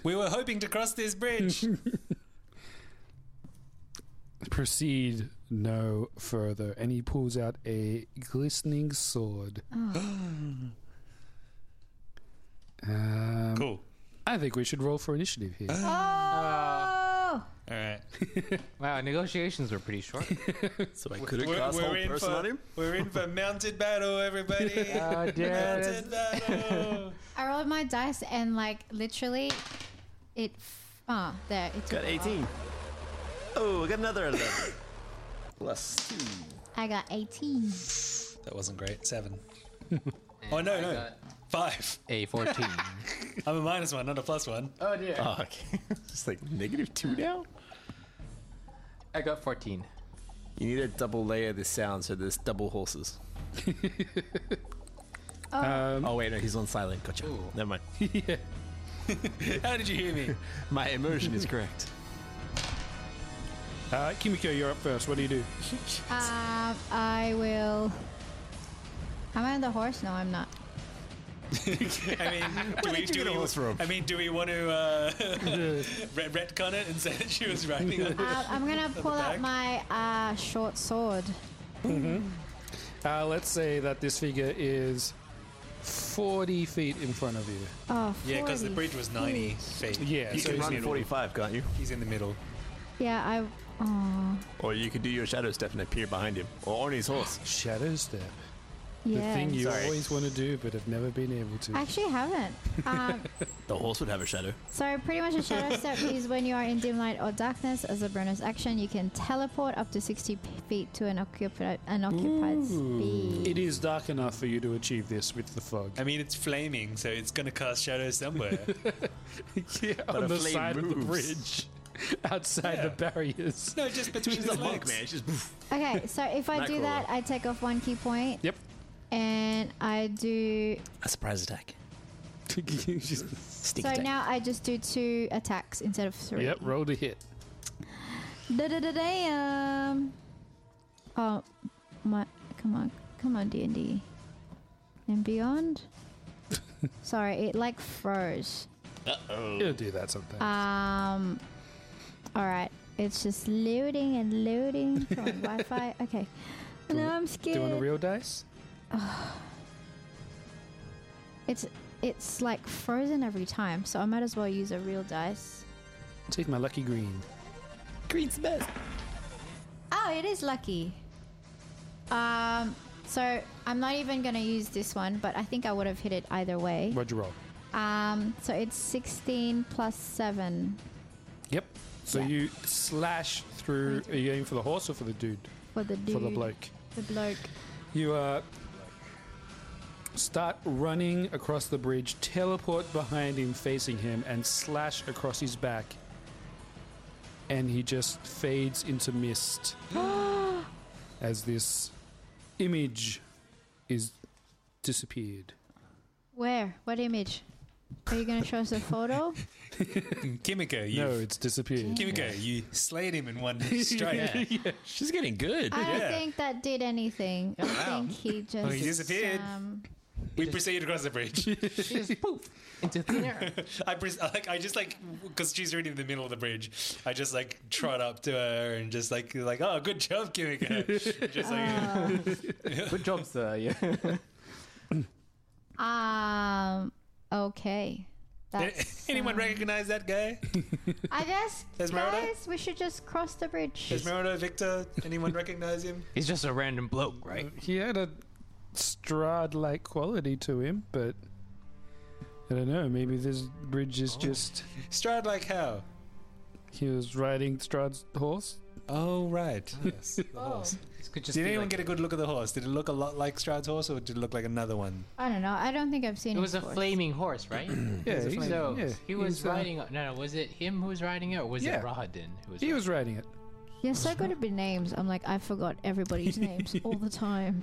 we were hoping to cross this bridge.
Proceed no further. And he pulls out a glistening sword. um,
cool.
I think we should roll for initiative here.
Ah.
Oh!
All right.
Wow, negotiations were pretty short.
So I could have
We're,
cast
we're
whole
in
person on
for
him.
we're in for mounted battle, everybody.
Oh,
mounted battle.
I rolled my dice and, like, literally, it. F- oh, there. It took
Got
off.
18. Oh, I got another 11. Plus two.
I got 18.
That wasn't great. Seven. oh no, no. Five.
A fourteen.
I'm a minus one, not a plus one.
oh dear.
Oh, okay. Just like negative two now?
I got fourteen.
You need a double layer of this sound so there's double horses. oh, wait, no, he's on silent. Gotcha. Never mind.
How did you hear me?
My emotion is correct.
Uh, Kimiko, you're up first. What do you do?
Um, I will. Am I on the horse? No, I'm not.
I mean, do we, do we, I mean, do we want to uh, ret- retcon it and say that she was riding on?
Um, I'm gonna pull out
back?
my uh, short sword.
Uh, let's say that this figure is 40 feet in front of you.
Oh,
Yeah, because the
40.
bridge was 90 feet.
Yeah,
You
so
can
he's
run
in-
45, can't you?
He's in the middle.
Yeah, I. Oh,
Or you could do your shadow step and appear behind him. Or on his horse.
Shadow Step.
yeah.
The thing you always want to do but have never been able to.
I actually haven't. Um,
The horse would have a shadow.
so pretty much a shadow step is when you are in dim light or darkness. As a bonus action, you can teleport up to 60 p- feet to an occupied an occupied speed.
it is dark enough for you to achieve this with the fog.
I mean, it's flaming, so it's going to cast shadows somewhere.
yeah,
a
on the
flame
side of the
moves.
bridge. Outside the barriers.
no, just between
She's
the
a monk,
legs.
man. She's
Okay, so if I do
Nightcrawler.
that, I take off one key point,
Yep.
and I do.
a surprise attack.
Just-
Sneak
So
attack.
now I just do two attacks instead of three.
yep, roll to hit.
Da da da damn. Oh my! Come on, come on, D and D, and beyond. Sorry, it like froze.
You'll do that sometime.
Um. All right, it's just loading and loading. Come on, Wi-Fi. Okay. No, I'm
do
scared.
you want a real dice?
it's it's like frozen every time, so I might as well use a real dice.
Take my lucky green.
Green's best.
Oh, it is lucky. Um. So I'm not even gonna use this one, but I think I would have hit it either way.
What'd you roll?
Um, so it's 16 plus 7
Yep. So
Yeah.
you slash through. Are you aiming for the horse or for the dude?
for the dude.
For the bloke.
The bloke.
You uh, start running across the bridge, teleport behind him, facing him, and slash across his back. And he just fades into mist as this image is disappeared.
Where? What image? Are you going to show us a photo?
Kimiko, you,
No, it's disappeared.
Kimiko, you slayed him in one strike.
She's getting good.
I don't
Yeah.
think that did anything. I think he just.
he disappeared.
Um,
We proceeded across the bridge.
Just poof into thin air.
I, pres- I like I just like because she's already in the middle of the bridge. I just like trot up to her and just like like oh good job Kimiko. just
Ah.
like
Good job, sir. Yeah.
um, okay. That's,
Anyone recognize that guy?
I guess,
Esmeralda?
guys, we should just cross the bridge.
Esmeralda, Victor, anyone recognize him?
He's just a random bloke, right?
He had a strad like quality to him, but I don't know. Maybe this bridge
Oh.
is just.
Stride like how?
He was riding Strad's horse.
Oh, right. Yes,
Oh.
the horse.
just
did
be
anyone
like-
get a good look at the horse? Did it look a lot like Stroud's horse, or did it look like another one?
I don't know. I don't think I've seen
It
him
was a
before.
flaming horse, right?
Yeah,
It was a
he's-
so
yeah,
he was
he's, uh,
riding. No, no, was it him who was riding it, or was
Yeah.
it Rahadin who was?
He was riding it.
You're so good at be names. I'm like, I forgot everybody's names all the time.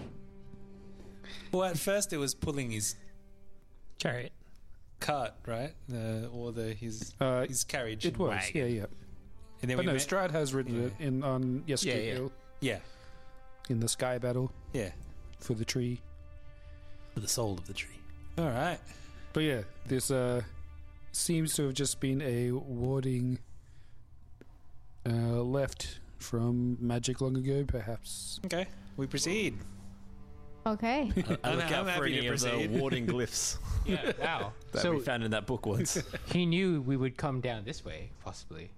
Well, at first it was pulling his chariot, cart, right, uh, or the his
Uh,
his carriage.
It was.
wagon.
Yeah, yeah.
And then
But
we
no,
met-
Strad has ridden it in on
yeah,
yesterday
yeah, yeah,
in the sky battle
yeah,
for the tree.
for the soul of the tree. All right.
But yeah, this uh, seems to have just been a warding uh, left from magic long ago, perhaps.
Okay. We proceed.
Okay.
I
I'm-
look
I'm
out for
happy
any
to
of the
proceed.
warding glyphs
Yeah. Wow.
that
so
we found in that book once.
he knew we would come down this way, possibly.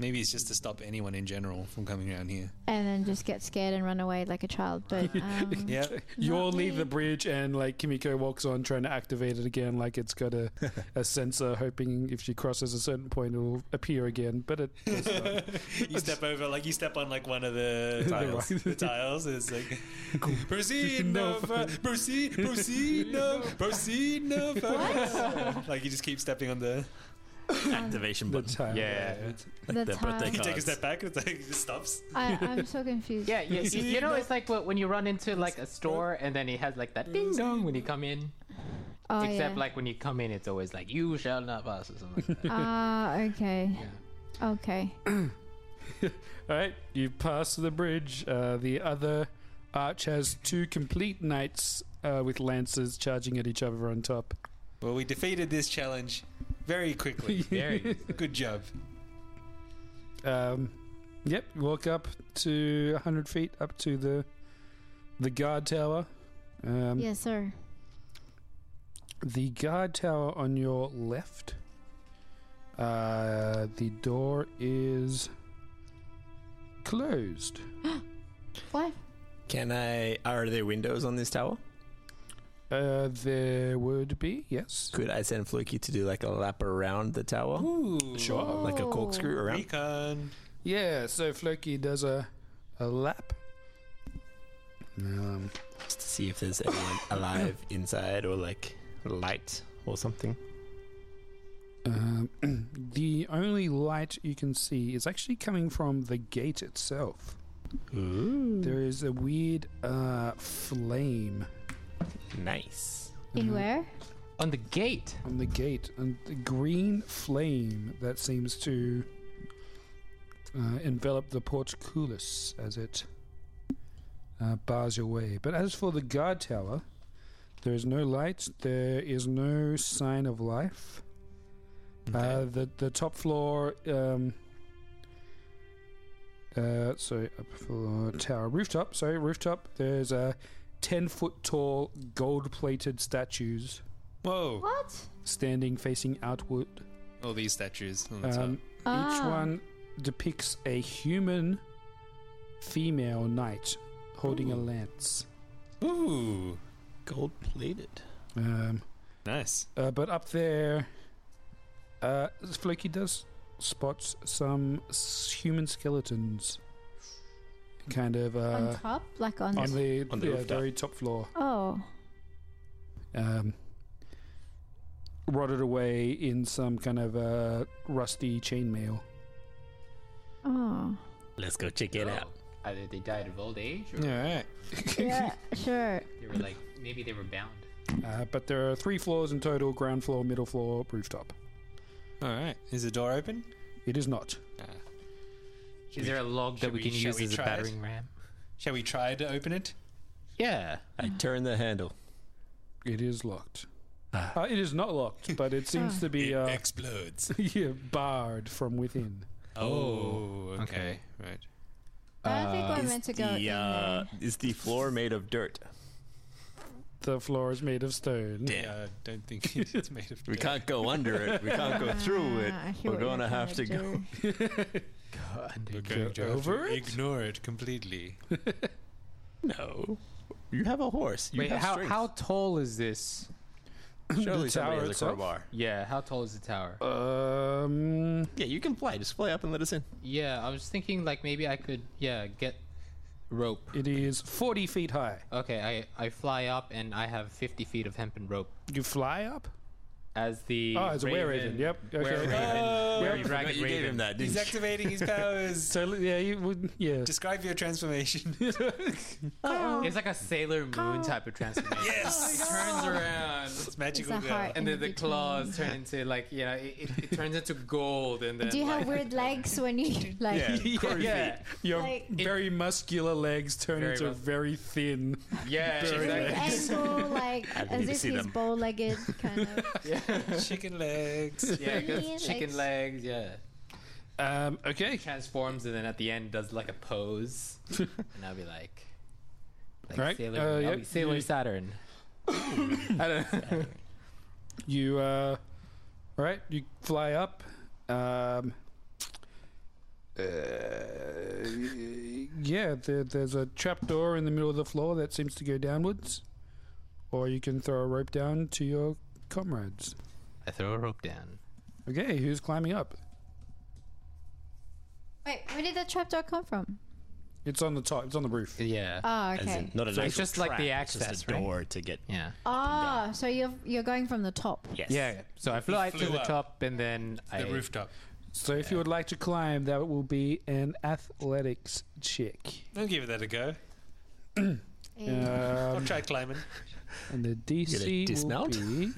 Maybe it's just to stop anyone in general from coming around here.
and then just get scared and run away like a child. But um,
Yeah.
You
Not
all leave
me.
the bridge, and like Kimiko walks on, trying to activate it again, like it's got a, a sensor, hoping if she crosses a certain point, it will appear again. But it does not.
you step over, like you step on like one of the tiles. the tiles is like proceed no, fur- proceed proceed no proceed no further. like you just keep stepping on the.
Activation
the
button.
time.
the
Their birthday
time.
card.
Take a step back. It's like it just stops.
I, I'm so confused.
Yeah, yeah. You, you know, it's like what, when you run into like a store and then it has like that ding dong when you come in.
Oh,
Except
yeah.
like when you come in, it's always like you shall not pass or something like that.
Ah, okay. Okay.
Um,
All right, you pass the bridge. Uh, the other arch has two complete knights uh, with lances charging at each other on top.
Well, we defeated this challenge very quickly.
Very.
Good job.
Um, yep, walk up to 100 feet up to the the guard tower. Um,
Yes, sir.
The guard tower on your left. Uh, the door is closed.
What?
Mm-hmm.
Can I? Are there windows on this tower?
Uh, there would be yes.
Could I send Floki to do like a lap around the tower?
Sure.
Like a corkscrew around?
Recon.
Yeah, so Floki does a a lap. Um,
Just to see if there's anyone alive inside or like light or something.
um, the only light you can see is actually coming from the gate itself. There is a weird uh, flame
Nice.
In where?
On the gate.
on the gate, and the green flame that seems to uh, envelop the portcullis as it uh, bars your way. But as for the guard tower, there is no light. There is no sign of life. Uh, the the top floor. Um, uh, sorry, up floor tower rooftop. Sorry, rooftop. There's a ten foot tall gold plated statues
Whoa!
What?
standing facing outward.
All these statues. on the top.
Um, Each
Ah.
one depicts a human female knight holding a lance.
Ooh,
Gold plated.
Um,
nice.
uh, but up there, uh, Floki does spots some s- human skeletons, kind of uh,
on top? Like on.
on the,
On the
yeah,
rooftop.
very top floor.
oh.
um, rotted away in some kind of uh, rusty chainmail.
Oh.
Let's go check it out.
Oh, Either they died of old age, or
All right.
Yeah. sure.
they were like maybe they were bound.
Uh, but there are three floors in total: ground floor, middle floor, rooftop.
All right. Is the door open?
It is not.
Is there a log that
should
we
we-
can
shall
use
we
as a
try it?
battering ram?
Shall we try to open it?
Yeah.
I turn the handle.
It is locked.
Ah.
Uh, it is not locked, but it seems to be uh,
explodes.
yeah, barred from within.
Oh, okay. Right.
I don't think we're meant to go in
The, uh,
there.
is the floor made of dirt?
The floor is made of stone.
Damn. I don't think it's made of.
We can't go under it. We can't go through it.
Ah, I hear
We're
what you're
going to have to
trying
go.
We're
go
going to have
over
to
it?
Ignore it completely.
no. You have a horse. You
Wait,
have
how,
strength.
how tall is this?
Surely somebody has a crowbar.
Yeah, how tall is the tower?
Um.
Yeah, you can fly. Just fly up and let us in.
Yeah, I was thinking like maybe I could yeah get rope.
It is forty feet high.
Okay, I I fly up and I have fifty feet of hempen rope.
You fly up?
As the
Oh, as a were-raven, yep, okay.
Were-raven,
Oh,
were-
yep. You forgot
dragon
you gave
raven.
him that,
Uh, He's activating his powers.
So yeah, you would yeah.
Describe your transformation.
It's like a Sailor Moon type of transformation.
yes,
turns around. It's
magical It's a girl. heart
and
in
then the claws turn into like you know it, it, it turns into gold and then
Do you
like,
have weird legs when you like?
yeah. Your
Like-
very muscular legs turn
Very
into
mus-
very thin.
Yeah,
bird
Weird
legs.
angle, like
I need
as
to
if
see
he's
them.
bow-legged, kind of.
chicken legs.
Yeah, it goes
Yeah,
chicken legs. Yeah.
Um, okay.
Transforms and then at the end does like a pose, and I'll be like, like
Right,
Sailor,
uh,
I'll
yep,
be Sailor
you-
Saturn.
I don't know. you uh all right, you fly up. Um uh, yeah, there, there's a trap door in the middle of the floor that seems to go downwards, or you can throw a rope down to your comrades.
I throw a rope down.
Okay, who's climbing up?
Wait, where did the trapdoor come from?
It's on the top. It's on the roof.
Yeah.
Oh, okay.
not an
So it's
actual
just like the
trap, it's just a
access, right?
door to get.
Yeah.
Oh, so you're you're going from the top.
Yes.
Yeah. So I flew out to
flew
the
up.
top and then I
rooftop.
So if you would like to climb, that will be an athletics check.
I'll give that a go. I'll
Um,
try climbing.
and the DC will
dismount?
be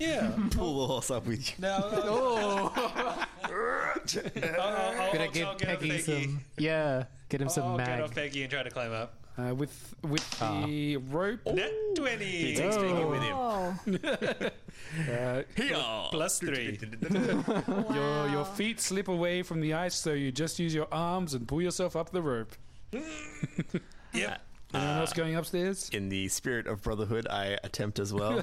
Yeah.
Pull the horse up with you. Oh.
No. I'll, I'll, I'll,
Gonna
I'll
give
get a
Peggy
Peggy.
some. Yeah. Get him
I'll
some
get
mag.
off Peggy and try to climb up.
uh, with with the rope.
Net 20.
He takes Peggy with him.
Oh,
Uh,
Here.
Plus three.
Your Uh, your
Wow.
feet slip away from the ice, so you just use your arms and pull yourself up the rope. Uh,
yep.
Anyone else going upstairs?
In the spirit of brotherhood, I attempt as well.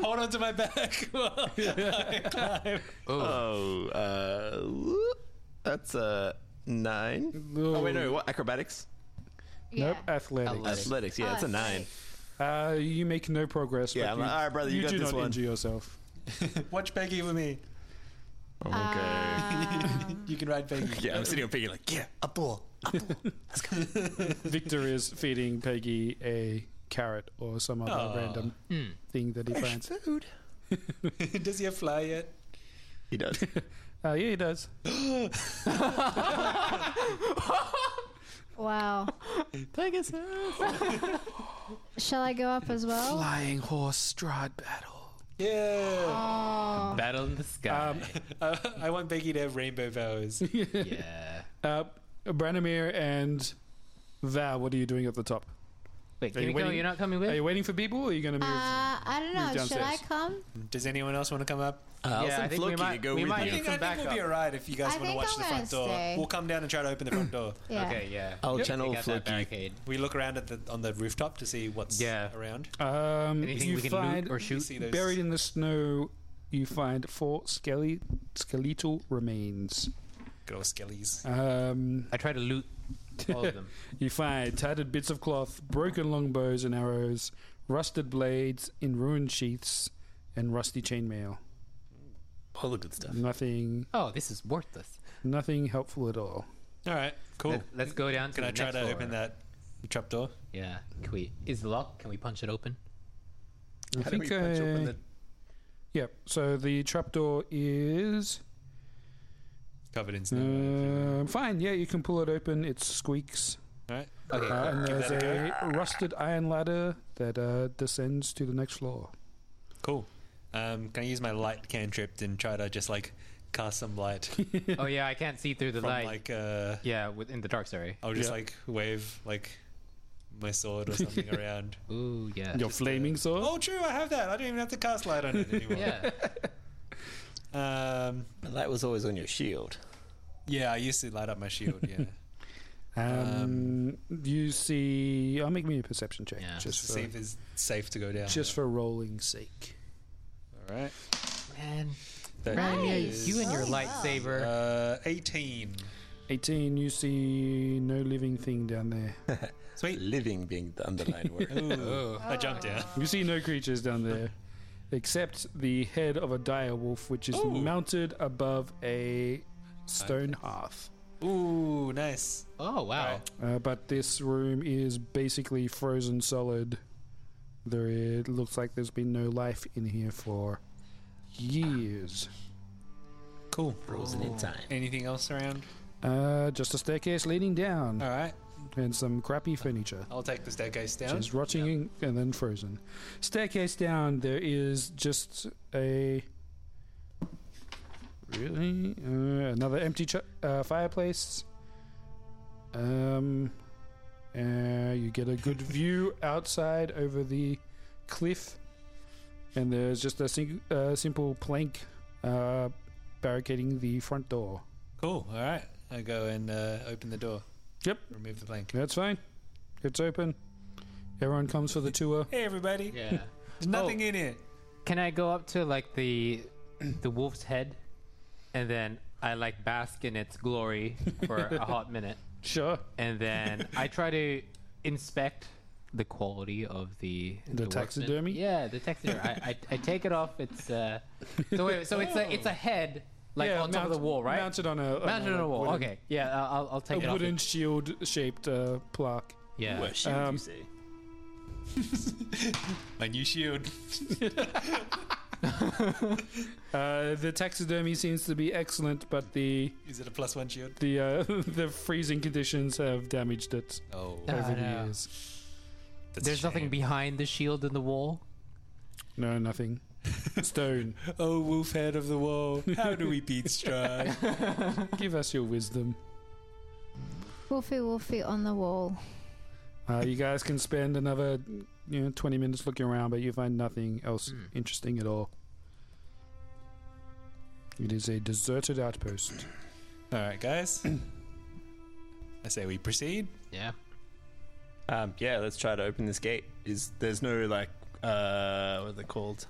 Hold on to my back. while I climb.
oh, uh, whoop. that's a nine. Oh wait, no, what acrobatics?
yeah.
Nope, athletics.
Athletics. Yeah, that's a nine.
Uh, you make no progress.
Yeah,
but
I'm
you,
like, "Alright, brother, you got
do
this
not
one."
injure yourself.
Watch Peggy with me.
Uh,
Okay.
You can ride Peggy.
yeah, I'm sitting on Peggy like, yeah, a bull.
Victor is feeding Peggy a carrot or some other
Aw.
random
Hmm.
thing that he finds.
Food.
Does he have fly yet?
He does.
Uh, yeah, he does.
Wow. Shall I go up as well?
Flying horse stride battle.
Yeah.
Oh,
Battle in the sky.
Um,
I, I want Peggy to have rainbow powers.
yeah.
Uh, Branimir and Val, what are you doing at the top?
Wait,
you
can we go?
waiting-
You're not coming with?
Are you waiting for people, or are you going to
uh,
move?
I
Move
don't know. Should I
downstairs.
come?
Does anyone else want to come up?
I'll
Yeah, I
send
think we
Floki to
might-
go
we
with
might
I
you.
think,
some
I think we'll be
backup.
alright if you guys
I
want to
think
watch
I'm
the
gonna
front door.
stay.
We'll come down and try to open the front door.
Yeah.
Okay. Yeah.
I'll channel
Take out that
Floki.
barricade.
We look around at the on the rooftop to see what's
Yeah.
around.
Um,
Anything
you
we can
find
loot or
You
shoot?
see those
buried in the snow, you find four skele- skeletal remains.
good old skellies.
Uh,
Um,
I try to loot all of them.
you find tattered bits of cloth, broken longbows and arrows, rusted blades in ruined sheaths, and rusty chainmail.
All the good stuff.
Nothing,
Oh, this is worthless.
nothing helpful at all.
All right, cool.
Let's go down to
Can
the
I try
next
to
floor.
open that trap door?
Yeah. Can we? Is the lock? Can we punch it open?
I
How do
think
we punch open
I-
the-
Yep. So the trapdoor is
Covered in snow.
um, fine. Yeah, you can pull it open. It squeaks.
All right.
Okay.
Uh, and
Give
there's
that
a rusted iron ladder that uh, descends to the next floor.
Cool. Um, can I use my light cantrip and try to just like cast some light
cool. oh yeah, I can't see through the
from
light.
like uh,
yeah, with, in the dark. Sorry.
I'll just like wave like my sword or something around.
Ooh yeah.
Your flaming sword.
Oh, true. I have that. I don't even have to cast light on it anymore.
Yeah.
Um,
But that was always on your shield.
yeah. I used to light up my shield. Yeah.
Um, you see, I'll make me a perception check.
Yeah.
Just
Just
for,
to see if it's safe to go down.
Just for rolling's sake.
All right.
Man.
That
Ryan, you-
is-
you and your lightsaber.
Uh, 18.
18, you see no living thing down there.
Sweet.
Living being the underlined word.
Ooh. I jumped down.
You see no creatures down there except the head of a dire wolf, which is mounted above a stone hearth.
Ooh, nice.
Oh, wow.
Uh, but this room is basically frozen solid. There, it looks like there's been no life in here for years.
Cool.
Frozen in time.
Anything else around?
Uh, just a staircase leading down.
All right.
And some crappy furniture.
I'll take the staircase down.
She's rotting and then frozen. Staircase down, there is just a. Really? Uh, another empty ch- uh, fireplace. Um, uh, you get a good view outside over the cliff, and there's just a sing- uh, simple plank uh, barricading the front door.
Cool. All right. I go and uh, open the door.
Yep.
Remove the plank.
That's fine. It's open. Everyone comes for the tour.
Hey, everybody.
Yeah. Oh.
There's nothing in it.
Can I go up to like the the wolf's head, and then I like bask in its glory for a hot minute,
Sure.
and then I try to inspect the quality of the
The
workman.
taxidermy?
Yeah, the taxidermy. I, I, I take it off. It's uh, so wait, so it's a it's a head like
Yeah,
on top of the
mount-
wall, right?
mounted on a- on
mounted
a,
on a
like,
wall.
wooden-
okay, yeah, I'll- I'll I'll take
a
it off.
wooden shield-shaped uh, plaque.
Yeah. Ooh, a shield,
Um,
you say?
My new shield.
uh, the taxidermy seems to be excellent, but the
Is it a plus one shield?
the uh, the freezing conditions have damaged it
Oh.
over
Ah,
the
no.
years.
There's nothing behind the shield in the wall.
No, nothing. Stone.
Oh, wolf head of the wall. How do we beat Strahd?
Give us your wisdom.
Wolfie, Wolfie on the wall.
Uh, you guys can spend another you know twenty minutes looking around, but you find nothing else
Hmm.
interesting at all. It is a deserted outpost.
All right, guys. I say we proceed.
Yeah.
Um, yeah, let's try to open this gate. Is there's no like uh, what are they called?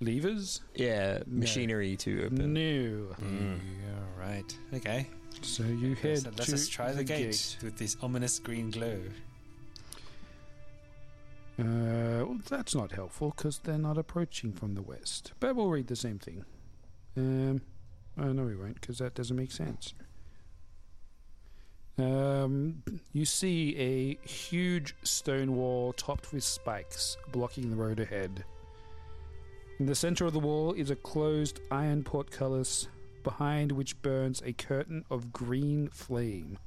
Levers?
Yeah, machinery to open.
New.
All right. Mm. Okay.
So you head
So let's
to
just try the,
the
gate,
gate.
with this ominous green glow.
Uh, well, that's not helpful because they're not approaching from the west. But we'll read the same thing. Um, oh no, we won't because that doesn't make sense. Um, you see a huge stone wall topped with spikes blocking the road ahead. In the center of the wall is a closed iron portcullis, behind which burns a curtain of green flame.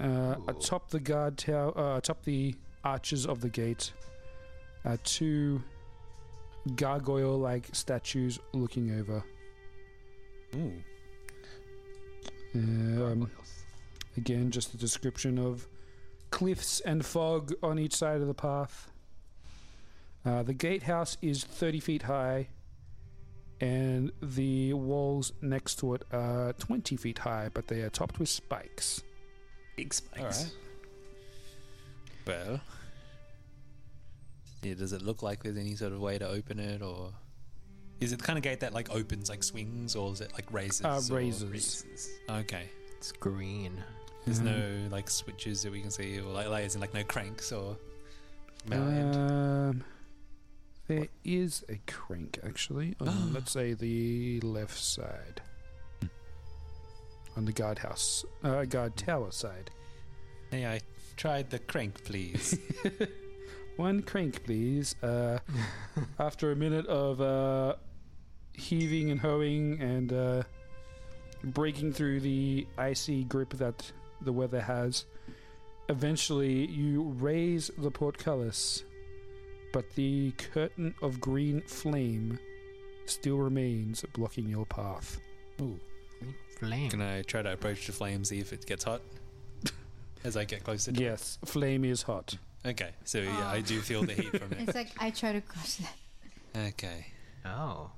Uh, atop the guard tower, uh, atop the arches of the gate, are two gargoyle-like statues looking over.
Ooh.
Um, again, just a description of cliffs and fog on each side of the path. Uh, the gatehouse is 30 feet high, and the walls next to it are 20 feet high, but they are topped with spikes.
Big
All
spikes.
right. Well, yeah, does it look like there's any sort of way to open it, or is it the kind of gate that like opens, like swings, or is it like raises?
Uh,
or-
razors.
Okay. Mm-hmm.
It's green.
There's
Um,
no like switches that we can see, or like layers and like no cranks or. metal end.
Um, there is a crank actually on, let's say, the left side on the guardhouse, uh, guard tower side.
May I try the crank, please?
One crank, please. Uh, after a minute of uh, heaving and hoeing and uh, breaking through the icy grip that the weather has, eventually you raise the portcullis, but the curtain of green flame still remains blocking your path.
Ooh.
Flame.
Can I try to approach the flame, see if it gets hot as I get closer? to it?
Yes, flame is hot.
Okay. So yeah, I do feel the heat from it.
It's like I try to cross that.
Okay.
Oh.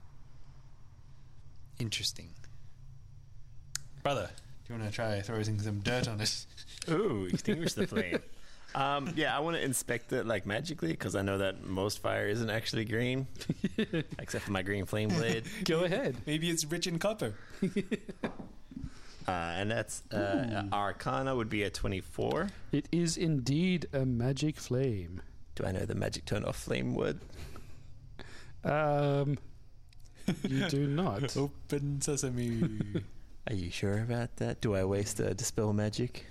Interesting. Brother, Do you want to try throwing some dirt on it?
Ooh, extinguish the flame. Um, yeah, I want to inspect it like magically because I know that most fire isn't actually green, except for my green flame blade.
Go ahead. Maybe it's rich in copper.
Uh, and that's
Hmm.
uh, Arcana would be a twenty-four.
It is indeed a magic flame.
Do I know the magic turn off flame word?
Um, you do not.
Oh, Open sesame.
Are you sure about that? Do I waste uh, dispel magic?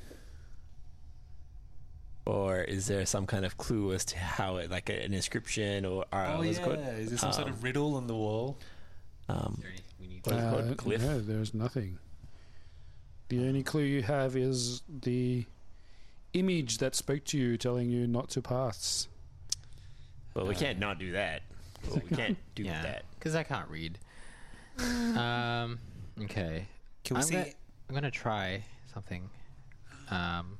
Or is there some kind of clue as to how it, like an inscription or or
oh
what
yeah,
is it called?
is there some sort
Um,
of riddle on the wall?
Um, what is it
Uh,
called? Cliff.
No, there's nothing. The only clue you have is the image that spoke to you, telling you not to pass.
Well,
Uh,
we can't not do that. Well, we can't do that.
because I can't read. um, okay.
Can we
I'm
see
Gonna,
it?
I'm gonna try something. Um,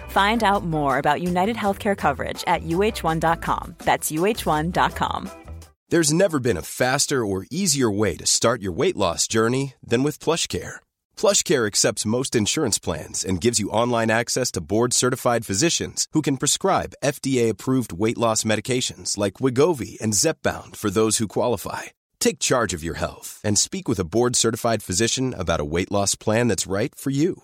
Find out more about United Healthcare coverage at uh1.com. That's uh1.com.
There's never been a faster or easier way to start your weight loss journey than with PlushCare. PlushCare accepts most insurance plans and gives you online access to board-certified physicians who can prescribe FDA-approved weight loss medications like Wigovi and Zepbound for those who qualify. Take charge of your health and speak with a board-certified physician about a weight loss plan that's right for you.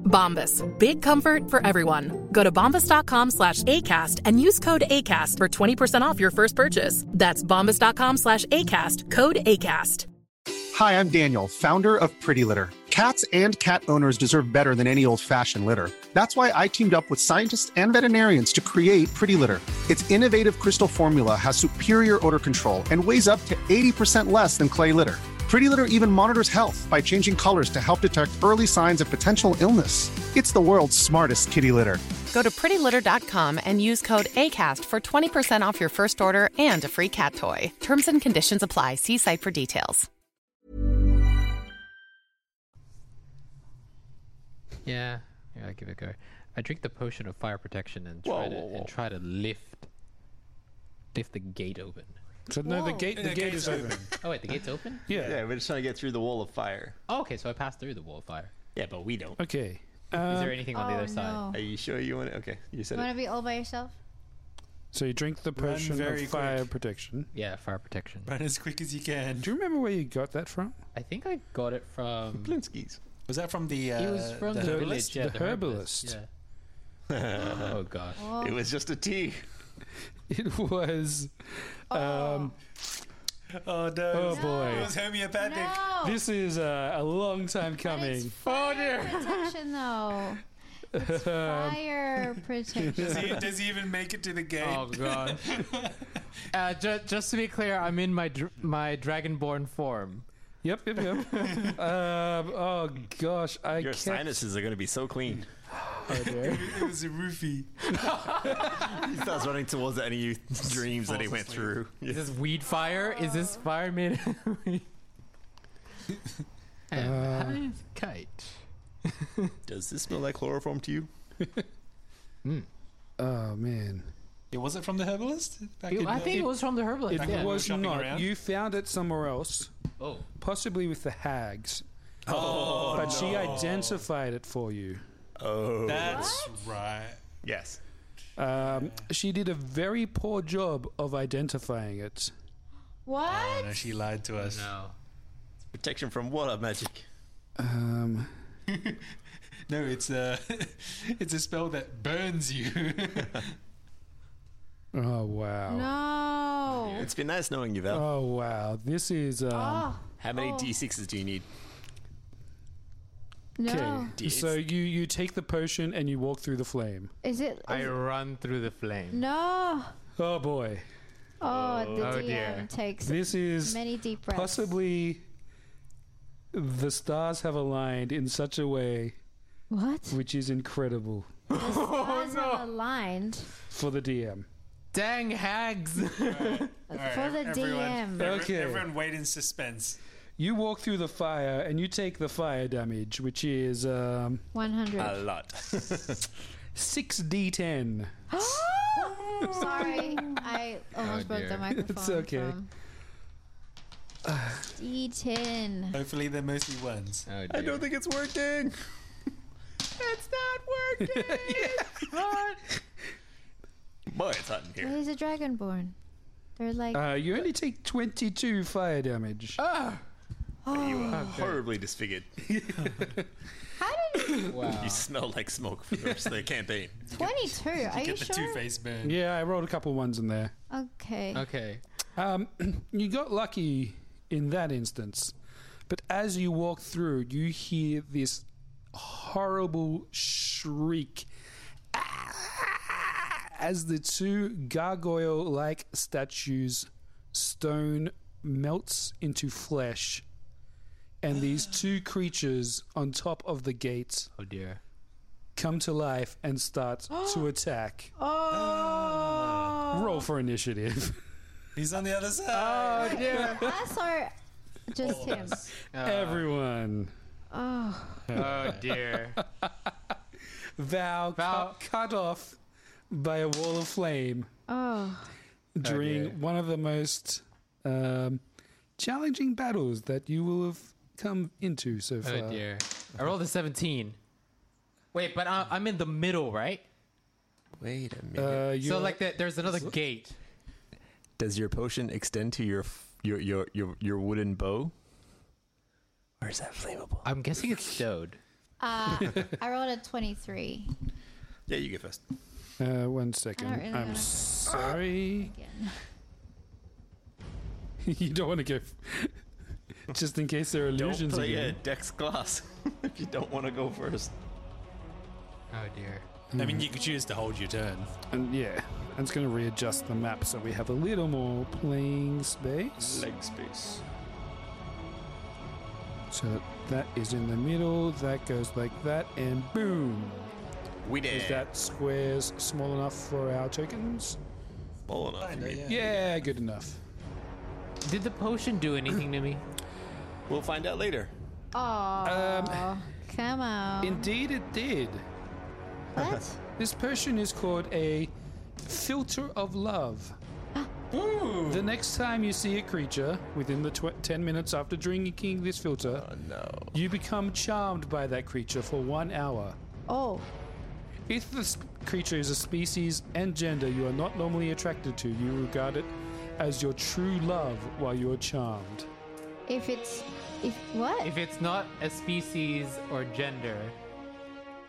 Bombas. Big comfort for everyone. Go to bombas.com slash ACAST and use code ACAST for 20% off your first purchase. That's bombas.com slash ACAST, code ACAST.
Hi, I'm Daniel, founder of Pretty Litter. Cats and cat owners deserve better than any old fashioned litter. That's why I teamed up with scientists and veterinarians to create Pretty Litter. Its innovative crystal formula has superior odor control and weighs up to 80% less than clay litter. Pretty Litter even monitors health by changing colors to help detect early signs of potential illness. It's the world's smartest kitty litter.
Go to prettylitter.com and use code ACAST for 20% off your first order and a free cat toy. Terms and conditions apply. See site for details.
yeah, yeah, I'll give it a go. I drink the potion of fire protection and try
Whoa,
to
whoa, whoa.
and try to lift lift the gate open.
So no, the gate the, gate is open.
oh wait, the gate's open.
Yeah.
Yeah, we're just trying to get through the wall of fire.
Oh, okay, so I passed through the wall of fire.
Yeah, but we don't.
Okay.
is
Um,
there anything on the
Oh,
other side?
no.
Are you sure you want it? Okay, you
You
said
want to
it.
be all by yourself?
So you drink the
Run
potion
very
of fire protection.
Yeah, fire protection.
Run as quick as you can.
Do you remember where you got that from?
I think I got it from
Blinsky's.
Was that from the? Uh,
It was from the,
herbalist?
village, yeah,
The herbalist.
oh gosh.
It was just a tea.
It was. Um,
oh no!
Oh
It
boy!
was homeopathic.
This is uh, a long time coming.
Oh, dear. Protection, though.
Um,
Fire
Does he,
protection.
does he even make it to the gate?
Oh god. uh, ju- just to be clear, I'm in my dr- my dragonborn form.
Yep, yep, yep. um, oh gosh, I Oh,
Your
can't.
sinuses are going to be so clean.
it was a roofie.
He starts running towards any dreams that he
Falls
went
asleep.
through.
Is this weed fire? Is this fire made?
Uh,
And kite.
Does this smell like chloroform to you?
Oh man.
Yeah, was it from the herbalist? Back in
I
the-
think it was from the herbalist.
It
yeah.
was
shopping
not.
around?
You found it somewhere else.
Oh.
Possibly with the hags.
Oh,
But she
no.
identified it for you.
Oh.
That's right.
Yes.
Um, she did a very poor job of identifying it.
What?
Oh, no, she lied to us.
No.
Protection from water magic.
Um,
No, it's a it's a spell that burns you.
Oh wow.
No.
It's been nice knowing you, Val.
Oh wow. This is um,
Oh.
How many
Oh.
D6s do you need?
No.
Okay. So you you take the potion and you walk through the flame.
Is it? is
I
it-
run through the flame.
no.
Oh boy.
Oh, the
Oh,
DM
dear.
takes
This is
many deep breaths.
Possibly the stars have aligned in such a way
What?
which is incredible
The stars are aligned
for the DM.
Dang hags.
for the DM.
Everyone,
Okay.
everyone wait in suspense.
You walk through the fire and you take the fire damage, which is um,
100.
Uh,
lot.
6d10.
Sorry, I almost broke the microphone.
It's okay.
D10.
Hopefully they're mostly ones.
I don't think it's working.
It's not working. Lord.
Boy, it's hot in here.
He's a dragonborn. They're like,
Uh, you only take 22 fire damage.
Ah.
oh,
You
oh.
are horribly disfigured.
Wow.
You smell like smoke for the rest of the campaign.
22. Are you sure?
Face burn.
Yeah, I rolled a couple ones in there.
Okay.
Okay.
Um, you got lucky in that instance, but as you walk through, you hear this horrible shriek Ah! as the two gargoyle like statues stone melts into flesh and these two creatures on top of the gate
Oh dear.
come to life and start to attack
Oh.
roll for initiative
He's on the other side.
Wait, Us or just him?
everyone
Oh.
Uh. Oh dear.
Val, Cut, cut off by a wall of flame
Oh.
during one of the most um, challenging battles that you will have come into so far.
Oh
Uh,
dear. I rolled a 17. Wait, but I, I'm in the middle, right?
Wait a minute.
Uh, you
so
are-
like that, there's another gate.
Does your potion extend to your f- your your your, your wooden bow? Or is that flammable?
I'm guessing it's stowed.
Uh, I rolled a 23.
Yeah, you go first.
Uh, one second.
I don't really
I'm
wanna-
sorry. you don't want to go. f- Just in case there are
Don't
illusions
play a
again.
Dex class if you don't want to go first.
Oh dear.
I mean, you could choose to hold your turn.
And yeah, I'm just going to readjust the map so we have a little more playing space.
Leg space.
So that is in the middle. That goes like that, and boom.
We
Is
did.
that squares small enough for our tokens?
Small enough. you mean?
Yeah, good enough.
Did the potion do anything to me?
We'll find out later.
Oh. come on.
Indeed, it did.
what?
This potion is called a filter of love. The next time you see a creature within the tw- 10 minutes after drinking this filter, you become charmed by that creature for one hour.
Oh.
If this creature is a species and gender you are not normally attracted to, you regard it as your true love while you are charmed.
If it's. If what?
If it's not a species or gender,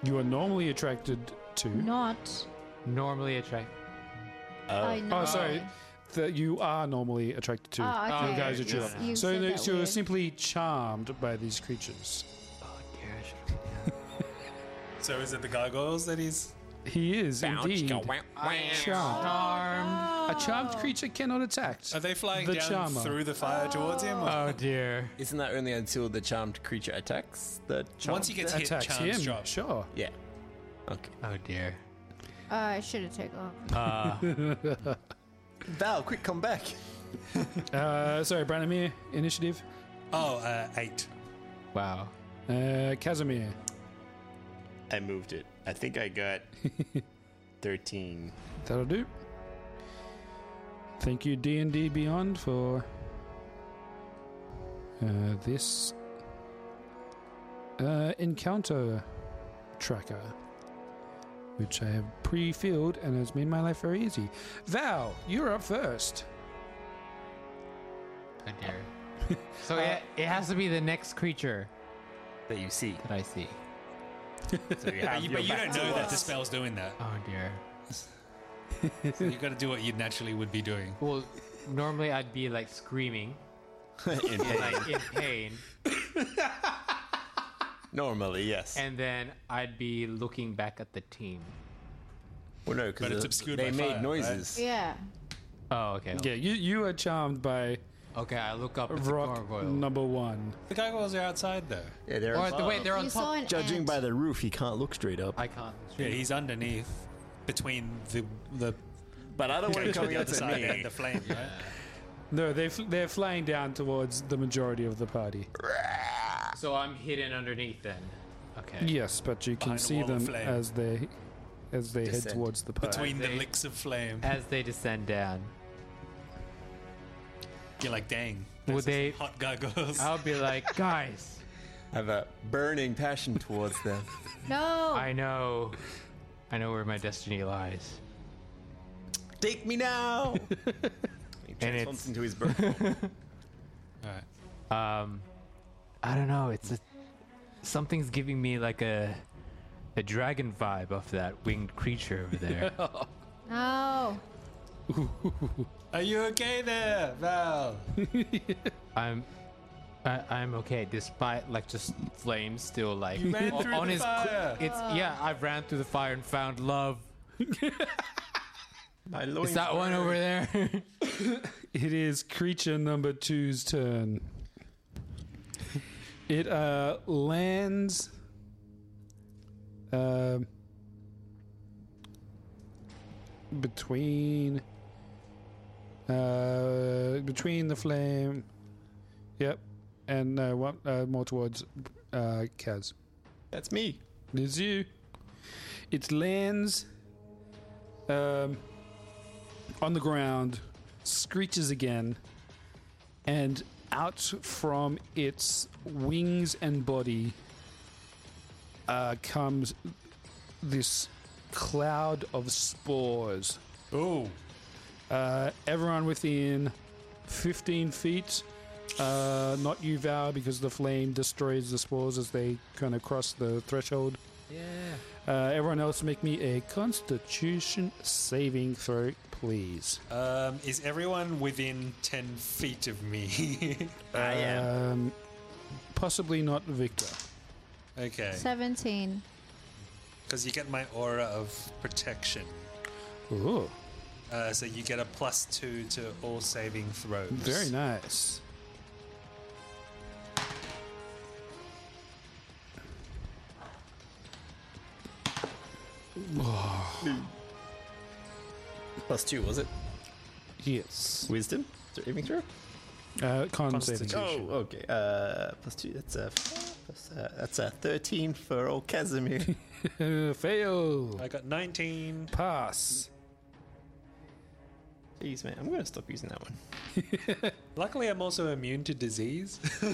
You are normally attracted to.
not.
normally attract.
I know.
Oh, sorry. That you are normally attracted to.
Oh, okay.
You guys are
You
true.
s- you
so
said
that
that
you're
weird.
simply charmed by these creatures.
So is it the gargoyles that he's?
He is indeed charmed.
Charmed.
A charmed creature cannot attack.
Are they flying
the
down
charmer.
through the fire towards him? or-
Oh dear.
Isn't that only until the charmed creature attacks the charmed?
Once he gets hit,
attacks
charms
him?
drop.
Sure.
Yeah. Okay.
Oh dear.
Uh, I should have taken off.
Uh,
Val, quick, come back.
Uh, sorry, Branimir, initiative.
Oh, uh, eight.
wow.
Uh, Casimir.
I moved it. I think I got 13.
That'll do. Thank you, D and D Beyond, for uh, this uh, encounter tracker, which I have pre-filled and has made my life very easy. Val, you're up first.
Oh dear. So it, it has to be the next creature
That you see.
that I see.
So you
But
have
you,
your
but you
back
don't
to
know that the
us.
spell's doing that.
Oh dear.
so you got to do what you naturally would be doing.
Well, normally I'd be like screaming,
In
and,
pain.
like in pain,
Normally, yes.
and then I'd be looking back at the team.
Well, no,
But it's obscured by fire, right?
Yeah.
Oh, okay.
Yeah, you you are charmed by.
Okay, I look up.
it's a
Rock
gargoyle.
number one.
The gargoyles are outside though.
Yeah, they're
Or
on
the-
top.
wait, they're on You top. saw an
Judging
ant.
by the roof, he can't look straight up.
I can't.
Yeah, he's underneath, between the the.
But I don't want him
the
coming
other
up to
side
me.
and the flame, right?
No, they f- they're flying down towards the majority of the party.
So I'm hidden underneath then. Okay.
Yes, but you can
Behind a
see
wall of
them
flame.
as they as they head
Descend.
towards the party.
Between the licks of flame.
As they descend down.
You're like, dang.
Would they?
Hot gargoyles.
I'll be like, guys.
I have a burning passion towards them.
No.
I know. I know where my destiny lies.
Take me now. he transforms
it's-
into his bird. form.
Um, I don't know. It's a, something's giving me like a a dragon vibe of that winged creature over there.
No.
Are you okay there, Val?
I'm I, I'm okay, despite like just flames still like
You ran
o-
through the
his. cl-
fire.
It's yeah, I ran through the fire and found love.
My
It's that one over there.
It is creature number two's turn. It uh, lands. Um, between. Uh, between the flame. Yep. And uh, one, uh, more towards uh, Kaz.
That's me.
It's you. It lands um, on the ground, screeches again, and out from its wings and body uh, comes this cloud of spores.
Oh.
Uh, everyone within 15 feet. Uh, not you, Val, because the flame destroys the spores as they kind of cross the threshold.
Yeah.
Uh, everyone else, make me a Constitution saving throw, please.
Um, is everyone within 10 feet of me?
I am. Um, possibly not Victor.
okay.
17.
Because you get my aura of protection.
Ooh,
Uh, so you get a plus two to all saving throws.
very nice.
Plus two, was it?
Yes.
Wisdom? Saving throw?
Uh, con
Constitution.
saving throw.
Oh, okay. Uh, plus two. That's a. Plus, uh, that's a thirteen for old Casimir.
Oh. Fail.
I got 19.
Pass.
Jeez, man, I'm gonna stop using that one.
Luckily, I'm also immune to disease. Uh,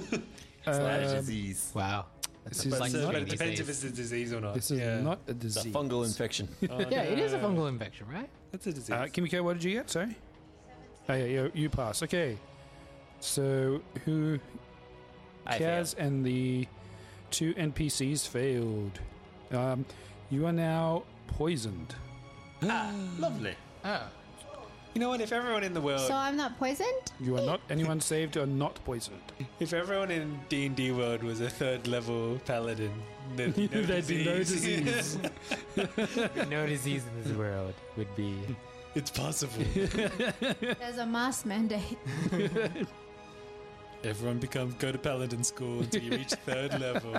It's not a
Um,
disease.
Wow.
This is
but, so-
not
but
a
it depends if it's a disease or not.
This is
Yeah.
not a
It's a
disease.
fungal infection.
Oh,
yeah, it is a
no.
fungal infection, right?
That's a disease.
Uh, Kimiko, what did you get? Sorry. Oh, yeah, you, you pass. Okay. So who?
I
Kaz and the two NPCs failed. Um, you are now poisoned.
Lovely. Ah.
Oh.
You know what? If everyone in the world,
So I'm not poisoned?
You are not anyone saved or not poisoned.
if everyone in D and D world was a third level paladin, there'd be no
There'd be no disease.
no disease in this world would be
it's possible.
There's a mask mandate.
everyone become go to paladin school until you reach third level.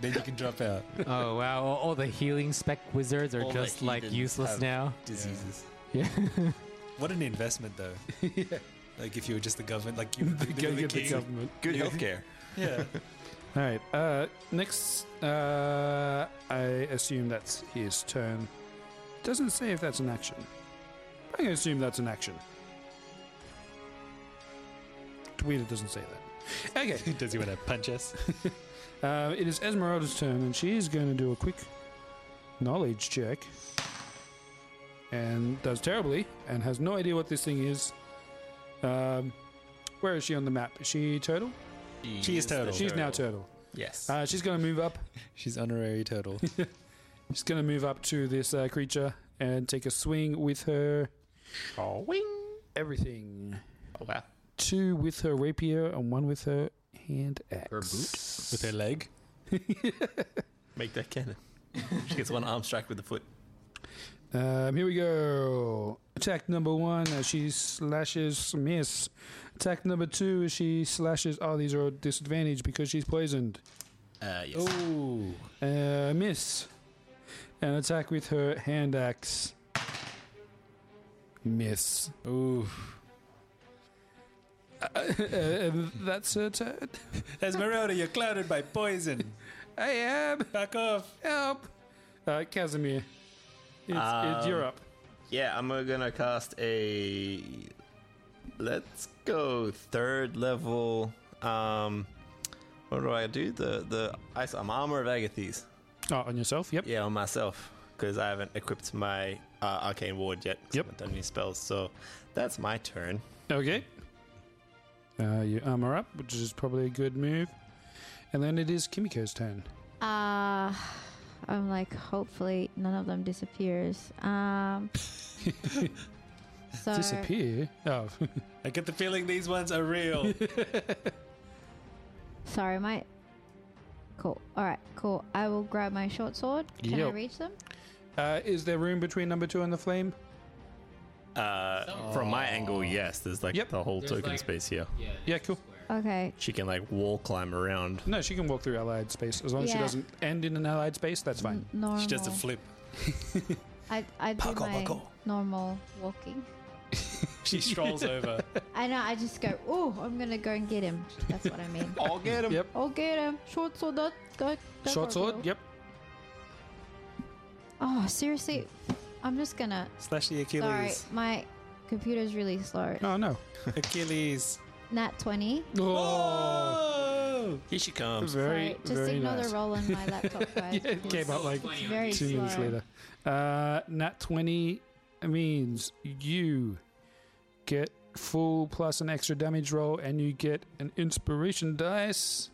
Then you can drop out.
Oh wow, all, all the healing spec wizards are
All the
just like
heathens
useless
have
now.
Diseases.
Yeah.
What an investment, though. Like if you were just the government, like you, the,
Go
the
get the
king.
government.
Good healthcare.
Yeah.
All right. Uh, next, uh, I assume that's his turn. Doesn't say if that's an action. I'm gonna assume that's an action. Weird, it doesn't say that. Okay.
Does he want to punch us?
Uh, it is Esmeralda's turn, and she is going to do a quick knowledge check. And does terribly, and has no idea what this thing is. Um, where is she on the map? Is she turtle?
She is turtle.
She's now turtle.
Yes.
Uh, she's going to move up.
She's honorary turtle.
She's going to move up to this uh, creature and take a swing with her. Swing. Everything.
Oh, wow.
Two with her rapier and one with her hand axe.
Her boot? With her leg? Make that cannon. She gets one arm strike with the foot.
Um, here we go. Attack number one, as she slashes, miss. Attack number two, as she slashes. Oh, these are disadvantage because she's poisoned.
Uh, yes.
Oh, uh, miss. And attack with her hand axe. Miss. Ooh. Uh, that's her turn.
Esmeralda, you're clouded by poison.
I am.
Back off.
Help. Uh, Casimir. It's, it's
Um,
you're up.
Yeah, I'm uh, gonna cast a. Let's go third level. Um, what do I do? The the ice um, armor of Agathys.
Oh, on yourself. Yep.
Yeah, on myself because I haven't equipped my uh, arcane ward yet. 'cause I haven't done any spells, so that's my turn.
Okay. Uh, you armor up, which is probably a good move. And then it is Kimiko's turn.
Uh, I'm like, hopefully none of them disappears. Um, so
Disappear? Oh.
I get the feeling these ones are real.
Sorry, my. Cool. All right, cool. I will grab my short sword. Can I
Yep.
reach them?
Uh, is there room between number two and the flame?
Uh, from my angle, yes. There's like the whole
There's,
token
like-
space here.
Yeah, cool.
Okay.
She can like wall climb around.
No, she can walk through allied space. As long as she
Yeah.
doesn't end in an allied space, that's fine.
N- She does the normal.
flip.
I I do
Parkour,
my
parkour.
normal walking.
she strolls over.
I know. I just go. Oh, I'm gonna go and get him. That's what I mean.
I'll get him.
Yep.
I'll get him. Short sword. That. that, that
Short sword? Yep.
Oh, seriously, I'm just gonna.
Slash the
Sorry,
Achilles.
my computer's really slow.
Oh, no.
Achilles.
Nat 20.
Oh!
Here she comes.
Very,
Sorry, just
very
ignore
nice.
the roll on my laptop, guys.
yeah, it
please.
came out like
It's very
two minutes
slow.
later. Uh, nat 20 means you get full plus an extra damage roll, and you get an inspiration dice.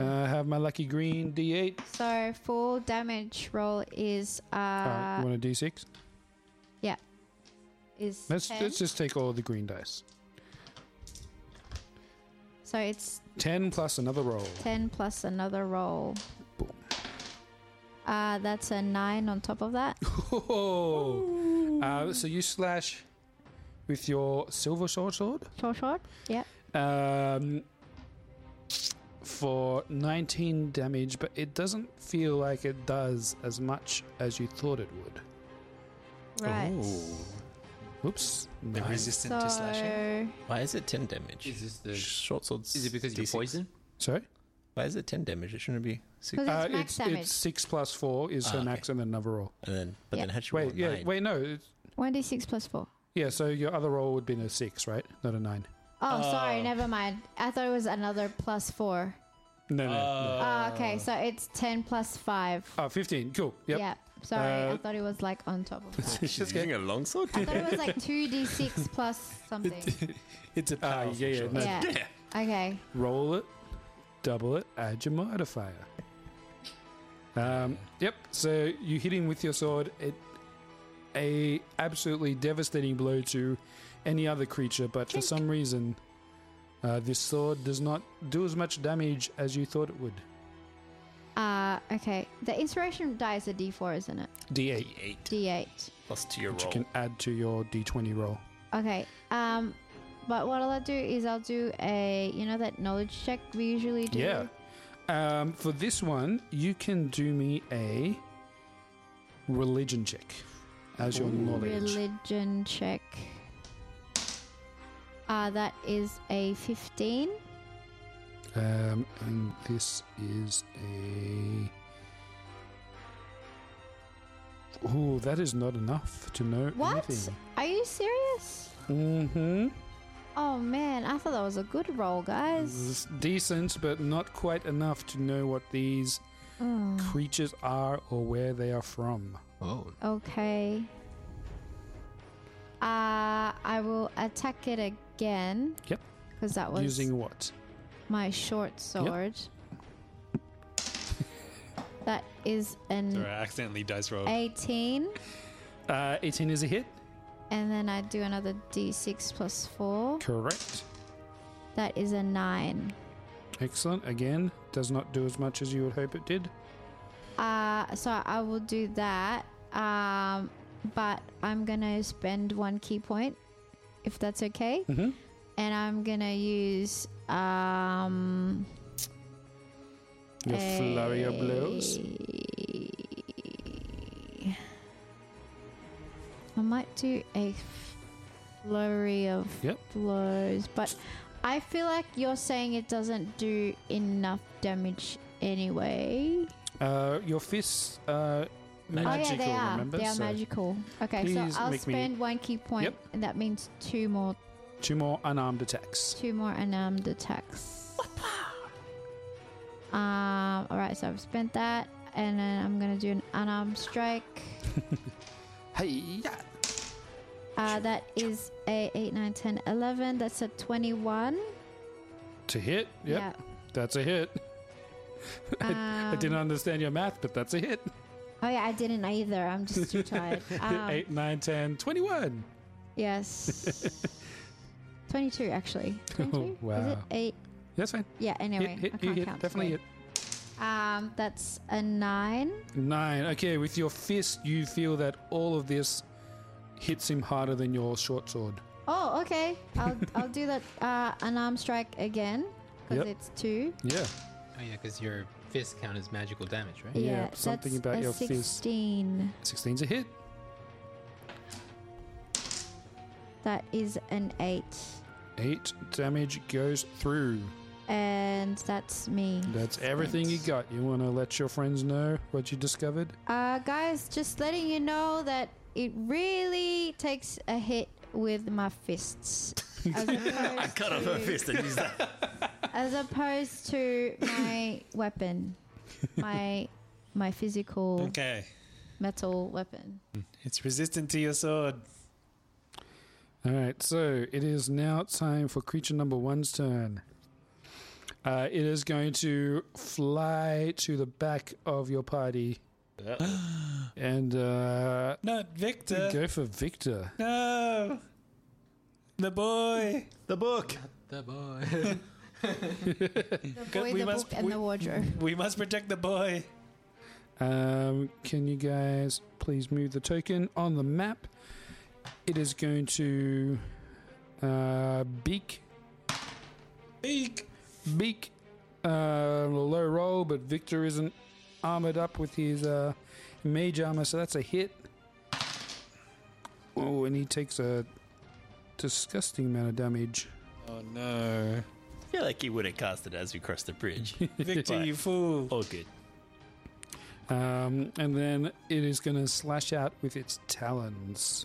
Uh, I have my lucky green d8.
So, full damage roll is. Uh,
Alright, you want a d6?
yeah. Is
Let's,
10.
let's just take all the green dice.
So, it's
10 plus another roll.
10 plus another roll. Uh, that's a 9 on top of that.
Oh. Uh, so you slash with your silver sword sword
Short sword? Yep.
um, for 19 damage, but it doesn't feel like it does as much as you thought it would.
Right.
Oh. Whoops.
They're
Nine.
resistant
to slashing?
Why is it 10 damage? Is this the short swords?
Is it because you're
D6?
poison?
Sorry?
Why is it 10 damage? It shouldn't be 6.
Uh, it's, it's 6 plus 4 is
Ah,
her
okay.
max and another roll.
and then, but
Yeah.
then had she
Wait,
rolled a
yeah,
nine.
wait, no. it's-
1d6 plus 4.
Yeah, so your other roll would be a 6, right? Not a 9.
Oh, sorry,
Oh.
never mind. I thought it was another plus 4.
No, no.
Uh.
no.
Oh, okay, so it's 10 plus 5.
Uh. Oh, 15. Cool. Yep.
Yeah. Sorry,
Uh,
I thought it was like on top of that.
She's getting a longsword?
I thought it was like 2d6 plus something.
It's a uh, yeah, yeah, no.
Yeah. Okay.
Roll it, double it, add your modifier. Um, yep. So you hit him with your sword. It a absolutely devastating blow to any other creature, but for some reason, uh, this sword does not do as much damage as you thought it would.
Uh, okay. The inspiration die is a d4, isn't it?
D8,
D8.
Plus to your
which
roll.
you can add to your D20 roll.
Okay. Um, but what I'll do is I'll do a, you know, that knowledge check we usually do.
Yeah. Um, for this one, you can do me a religion check as your knowledge.
Religion check. Uh, that is a 15.
Um, and this is a. Oh, that is not enough to know
What?
anything.
Are you serious?
Mm-hmm.
Oh man, I thought that was a good roll, guys.
decent, but not quite enough to know what these
Oh,
creatures are or where they are from.
Oh.
okay. Uh, I will attack it again
Yep.
because that was
Using what?
my short sword. That is an
Sorry, I accidentally dice rolled.
18
Uh, 18 is a hit.
And then I do another d6 plus 4.
Correct.
That is a 9.
Excellent. Again, does not do as much as you would hope it did.
Uh, so I will do that. Um, but I'm going to spend one key point, if that's okay.
Mhm.
And I'm going to use. Um,
Your flurry of blows.
I might do a flurry of
Yep.
blows, but I feel like you're saying it doesn't do enough damage anyway.
Uh, your fists are magical,
oh yeah, they are.
remember?
they are
so
magical. Okay, so
please
I'll
make me-
spend one key point,
Yep.
and that means two more,
Two more unarmed attacks.
two more um, unarmed attacks. Um. All right, so I've spent that, and then I'm gonna do an unarmed strike.
Hey,
Uh, that is a 8, 9, 10, 11. That's a 21.
To hit? Yep.
Yeah.
That's a hit. I, I
Um,
didn't understand your math, but that's a hit.
Oh, yeah, I didn't either. I'm just too tired. Um,
8, 9, 10, 21.
Yes. 22, actually. 22? Is it
Oh, wow.
8?
That's fine.
Yeah, anyway.
hit, hit,
I
you
can't
hit,
count.
definitely
Wait. Um, that's a 9.
Nine. Okay, with your fist, you feel that all of this hits him harder than your short sword.
Oh, okay. I'll, I'll do that uh, unarmed strike again because
Yep.
it's 2.
Yeah.
Oh yeah, because your fist count is magical damage, right?
something
that's
about
a
your fist.
16.
16's a hit.
That is an 8.
Eight damage goes through.
And that's me.
That's everything you got. You want to let your friends know what you discovered?
Uh, guys, just letting you know that it really takes a hit with my fists, as, opposed,
I cut off her fist and used that.
as opposed to my weapon, my my physical
Okay.
metal weapon.
It's resistant to your sword.
All right, so it is now time for creature number one's turn. Uh, it is going to fly to the back of your party. and uh,
Not Victor.
go for Victor.
No. The boy.
The book.
The boy.
the
boy, the book, and the wardrobe.
We must protect the boy.
Um, can you guys please move the token on the map? It is going to uh, beak.
Beak.
Beak. Uh, low roll, but Victor isn't armored up with his uh, mage armor, so that's a hit. Oh, and he takes a disgusting amount of damage.
Oh no.
I feel like he would have cast it as we crossed the bridge.
Victor, you fool.
Oh, good.
Um, and then it is going to slash out with its talons.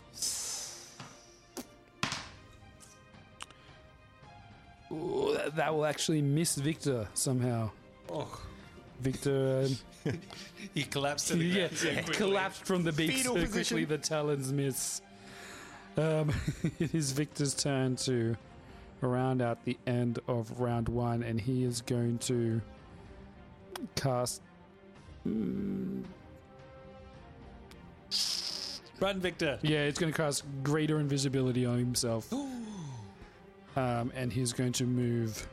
Ooh, that, that will actually miss Victor somehow.
Oh.
Victor um,
He collapsed to the
yeah,
ground. so quickly.
collapsed from the beak so
Fetal
quickly
position.
the talons miss. Um, it is Victor's turn to round out the end of round one, and he is going to cast. mm,
Run, Victor.
Yeah, it's going to cast greater invisibility on himself. um, and he's going to move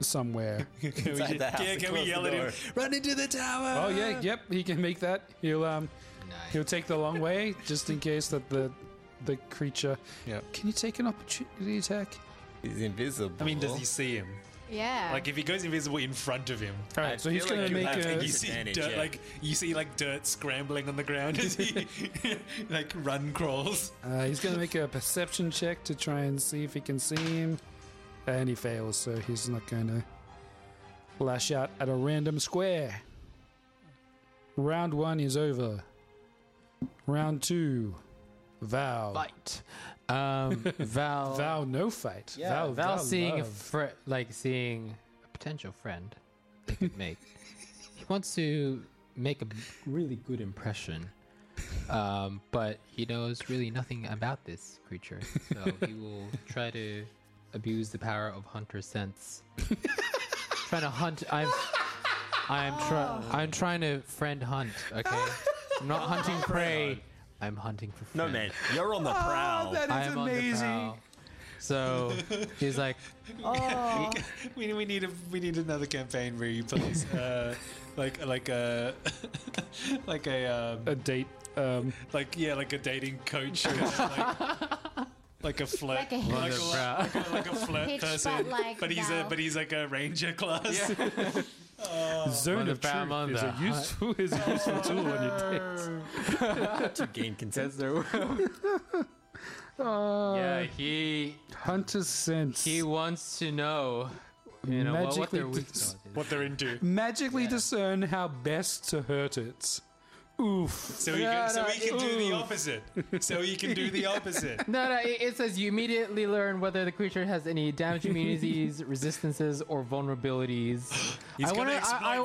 somewhere.
Can we, yeah, can we yell at him? Run into the tower.
Oh yeah, yep, he can make that. He'll um, he'll take the long way just in case that the the creature.
Yeah.
Can you take an opportunity attack?
He's invisible.
I mean, does he see him?
Yeah.
Like if he goes invisible in front of him.
All right, so he's gonna make a.
you see dirt, like you see like dirt scrambling on the ground as he like run crawls.
Uh, he's gonna make a perception check to try and see if he can see him, and he fails, so he's not gonna lash out at a random square. Round one is over. Round two, Val.
Fight. Um, Val.
Val, no fight.
Yeah,
Val,
Val, seeing a
love.
Oh, fri- like seeing a potential friend they could make. he wants to make a really good impression, um, but he knows really nothing about this creature, so he will try to abuse the power of hunter sense. trying to hunt. I'm. I'm trying. I'm trying to friend hunt. Okay. I'm not hunting prey. I'm hunting for
No,
friends.
man, you're on the Ah, prowl. that is
I am on the
amazing.
prowl. So he's like, oh,
we, we need a we need another campaign where you place uh, like like a like a um,
a date um,
like yeah like a dating coach kind of like, like a flirt
Like a
like
hitch.
a, like a- like a flirt
Hitch, but
person
like
but he's a
now.
but he's like a ranger class
Zone of
Mother Bama,
truth is
the
a useful is a
hut.
useful tool on your dates.
to gain consent.
yeah, he
Uh, Hunter's sense.
he wants to know, you know, what, what
Magically
their weak
dis-
spot is.
what they're into
Magically discern how best to hurt it. Oof.
so he can, so he can do the
Oof.
opposite so he can do the opposite
No, no, it, it says you immediately learn whether the creature has any damage immunities, resistances, or vulnerabilities.
He's
I
gonna
wanna,
exploit
I, I,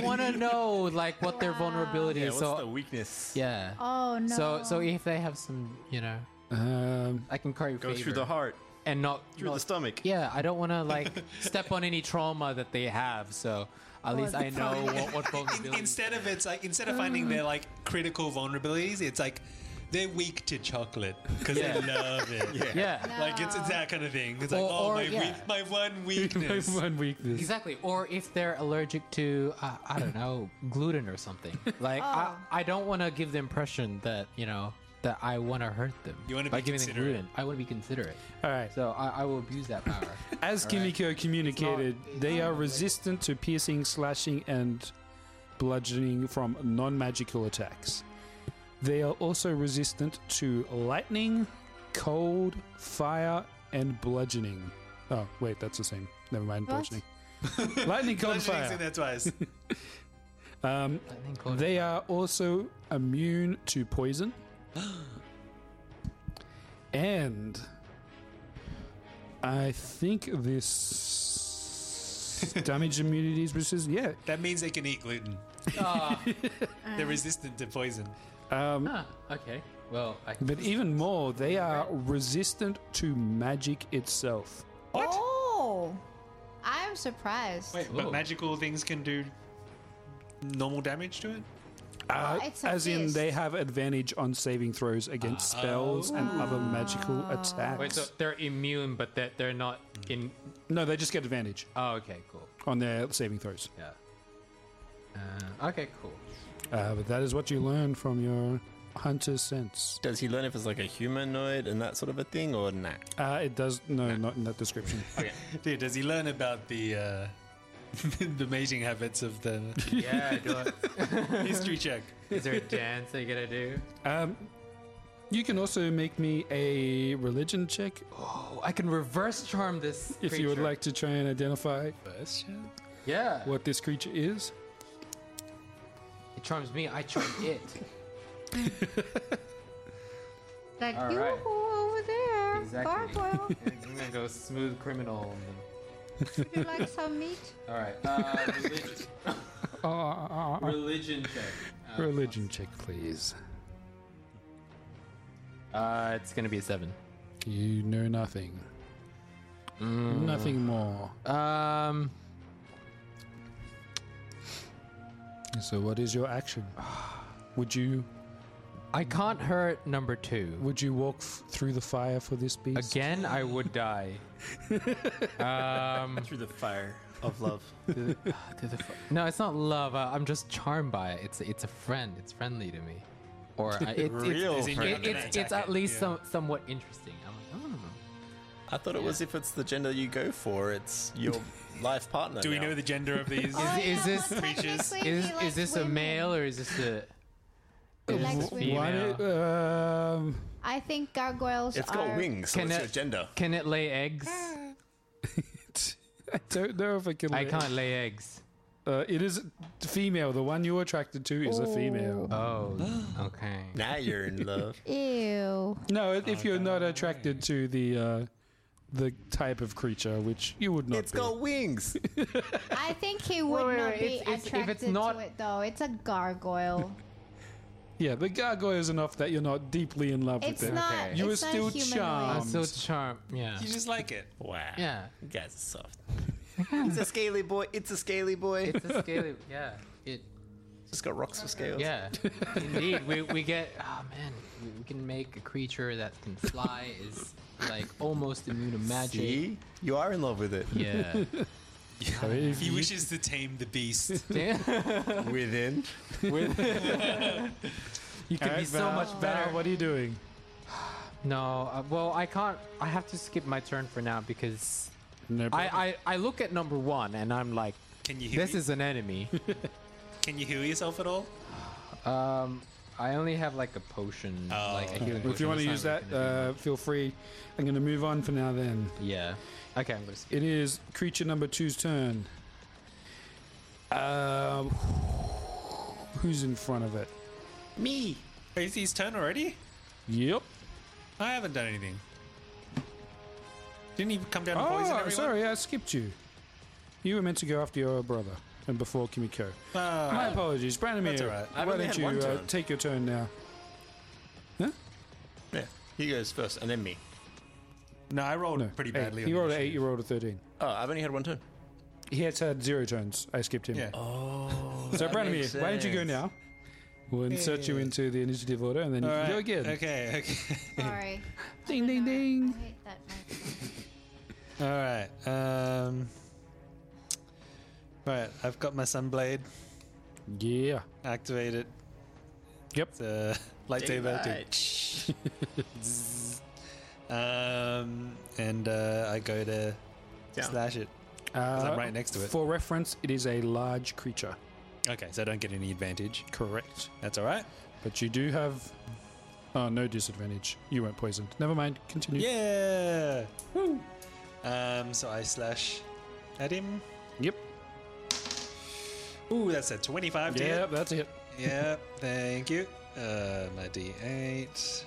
I want to know like what their vulnerability
Yeah,
is.
what's
So
the weakness?
yeah.
Oh no.
So so if they have some, you know,
um,
I can curry
Go through
favor
the heart.
and not
Through the
not-
stomach.
Yeah, I don't want to like step on any trauma that they have. So
Oh,
at least I know what, what vulnerability.
instead of it's like instead of finding their like critical vulnerabilities it's like they're weak to chocolate because
Yeah.
they love it.
Yeah. Yeah.
like it's, it's that kind of thing. It's
Or-
like, oh,
or-
my,
yeah.
wea- my one weakness.
one weakness.
Exactly. Or if they're allergic to, uh, I don't know, gluten or something. Like, I, I don't want to give the impression that, you know, that I want to hurt them. You
want to
by
be
giving them
considerate.
gluten. I want to be considerate.
All right.
So I, I will abuse that power.
As
All right.
Kimiko communicated, they are resistant to piercing, slashing, and bludgeoning from non magical attacks. They are also resistant to lightning, cold, fire, and bludgeoning. Oh, wait, that's the same. Never mind,
What?
bludgeoning. lightning, cold,
Glad you didn't say
fire.
that twice.
Um, they are also immune to poison. and I think this damage immunities versus yeah.
That means they can eat gluten. Ah. They're resistant to poison.
Um,
Ah, okay. Well, I can.
But even more, they are resistant to magic itself.
Oh, I am surprised.
Wait, but magical things can do normal damage to it?
Uh,
it's a
as in,
fist.
they have advantage on saving throws against spells and other magical attacks.
Wait, so they're immune, but they're, they're not in.
no, they just get advantage
Oh, okay, cool.
on their saving throws.
Yeah. Uh, okay, cool.
Uh, but that is what you learn from your hunter's sense.
Does he learn if it's like a humanoid and that sort of a thing or nah?
Uh, it does. No, not in that description.
Okay. Dude, does he learn about the uh, the mating habits of the
Yeah, do I-
history check?
Is there a dance they gotta do?
Um, you can also make me a religion check.
Oh, I can reverse charm this.
If you would
creature.
like to try and identify
Yeah.
what this creature is.
It charms me, I charm it.
Like
All
you
right.
over there, gargoyle.
I'm gonna go smooth criminal. and then-
you like some meat?
All right. Uh, religion.
Oh,
religion check. Uh,
Religion check, please.
Uh, it's gonna be a seven.
You know nothing. Mm. Nothing more.
Um.
So, what is your action? Would you?
I can't hurt number two.
Would you walk f- through the fire for this beast?
Again, I would die. um,
Through the fire of love.
to the- to the fu- no, it's not love. I, I'm just charmed by it. It's it's a friend. It's friendly to me. Or I, it,
Real
it's,
friend.
it- it's, it's at least
Yeah.
some, somewhat interesting. I'm like, oh.
I thought it was if it's the gender you go for, it's your life partner.
Do we
now.
know the gender of
Oh,
these?
is, is this
creatures?
is, is this a male or is this a is
likes
this
women. Why
female?
um,
I think gargoyles
It's
are.
got wings, so
Can
it's
it-
your gender.
Can it lay eggs?
I don't know if I can.
I can't lay eggs.
Uh, it is female. The one you're attracted to is a female.
Oh, okay.
Now you're in love.
Ew.
No, if if you're not attracted to the uh, the type of creature, which you would not.
It's
be.
got wings.
I think he would
wait,
not
wait,
be
it's- it's- if it's
attracted
not-
to it though. It's a gargoyle.
Yeah, the gargoyle is enough that you're not deeply in love
It's
with them.
not- Okay.
You
it's
are
not
still
humanoid.
charmed.
I'm so charmed. Yeah.
You just like it.
Wow.
Yeah.
You guys are soft. He's a scaly boy. It's a scaly boy.
It's a scaly. Yeah. It.
It's got rocks for scales.
Yeah. Indeed. We we get. Oh man. we can make a creature that can fly is like almost immune to magic.
See? You are in love with it.
Yeah.
He wishes to tame the beast.
Within.
You could be so much better.
what are you doing?
No, uh, well, I can't. I have to skip my turn for now because I, I I look at number one and I'm like,
Can you hear
this
me?
is an enemy.
Can you heal yourself at all?
um, I only have like a potion. like a
Well,
healing
Oh, if you
potion,
want to
it's
use
not
that, uh, feel free. I'm going to move on for now. Then.
Yeah. Okay. I'm gonna.
It is creature number two's turn. Um, who's in front of it?
Me. Is his turn already?
Yep.
I haven't done anything. Didn't he come down and poison
Oh,
everyone?
sorry, I skipped you. You were meant to go after your brother and before Kimiko.
Ah.
My apologies, Branimir.
That's all right.
Why don't you uh, take your turn now?
Yeah, he goes first, and then me.
No, I rolled
pretty
Eight.
badly
He
on
rolled an eight. You rolled a thirteen.
Oh, I've only had one turn.
He has had zero turns. I skipped him.
Yeah. Oh.
So
that makes
Branimir, why don't you go
sense.
now? We'll insert you into the initiative order, and then you
All
can go
right.
again.
Okay, okay.
Sorry.
Ding ding ding.
I hate that mic.
All right. Um, all right. I've got my sunblade.
Yeah.
Activate it.
Yep.
The uh, lightsaber. do- Zzz. um, and uh, I go to slash it. 'Cause I'm right next to it.
Uh, For reference, it is a large creature.
Okay, so I don't get any advantage.
Correct.
That's all right.
But you do have. Oh, no disadvantage. You weren't poisoned. Never mind. Continue.
Yeah. Woo. Um, so I slash at him.
Yep.
Ooh, that's a 25 to
Yep,
hit.
that's a hit.
Yep, thank you. Uh, my d8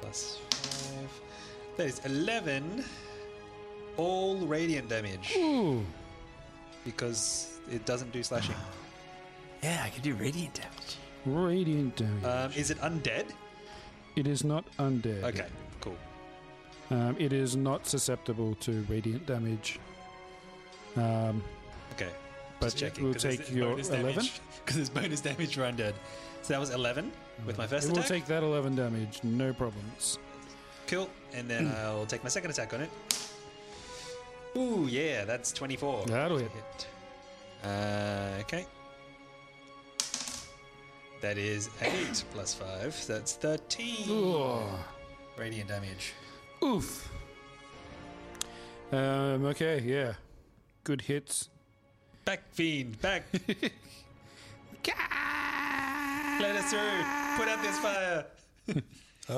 plus 5. That is 11 all radiant damage.
Ooh.
Because it doesn't do slashing.
Yeah, I can do radiant damage.
Radiant damage.
Um, is it undead?
It is not undead.
Okay, cool.
Um, it is not susceptible to radiant damage. Um,
Okay.
But
just
it
checking.
will
'cause it's
take
the
your
bonus
11?
Because there's bonus damage for undead. So that was 11 with my first
Mm-hmm. it will
attack.
take that 11 damage. No problems.
Cool. And then I'll take my second attack on it. Ooh, yeah, that's 24.
That'll hit.
Uh, okay. That is 8 plus 5. so That's 13. Radiant damage.
Oof. Um, okay, yeah. Good hits.
Back, fiend, back. Let us through. Put out this fire.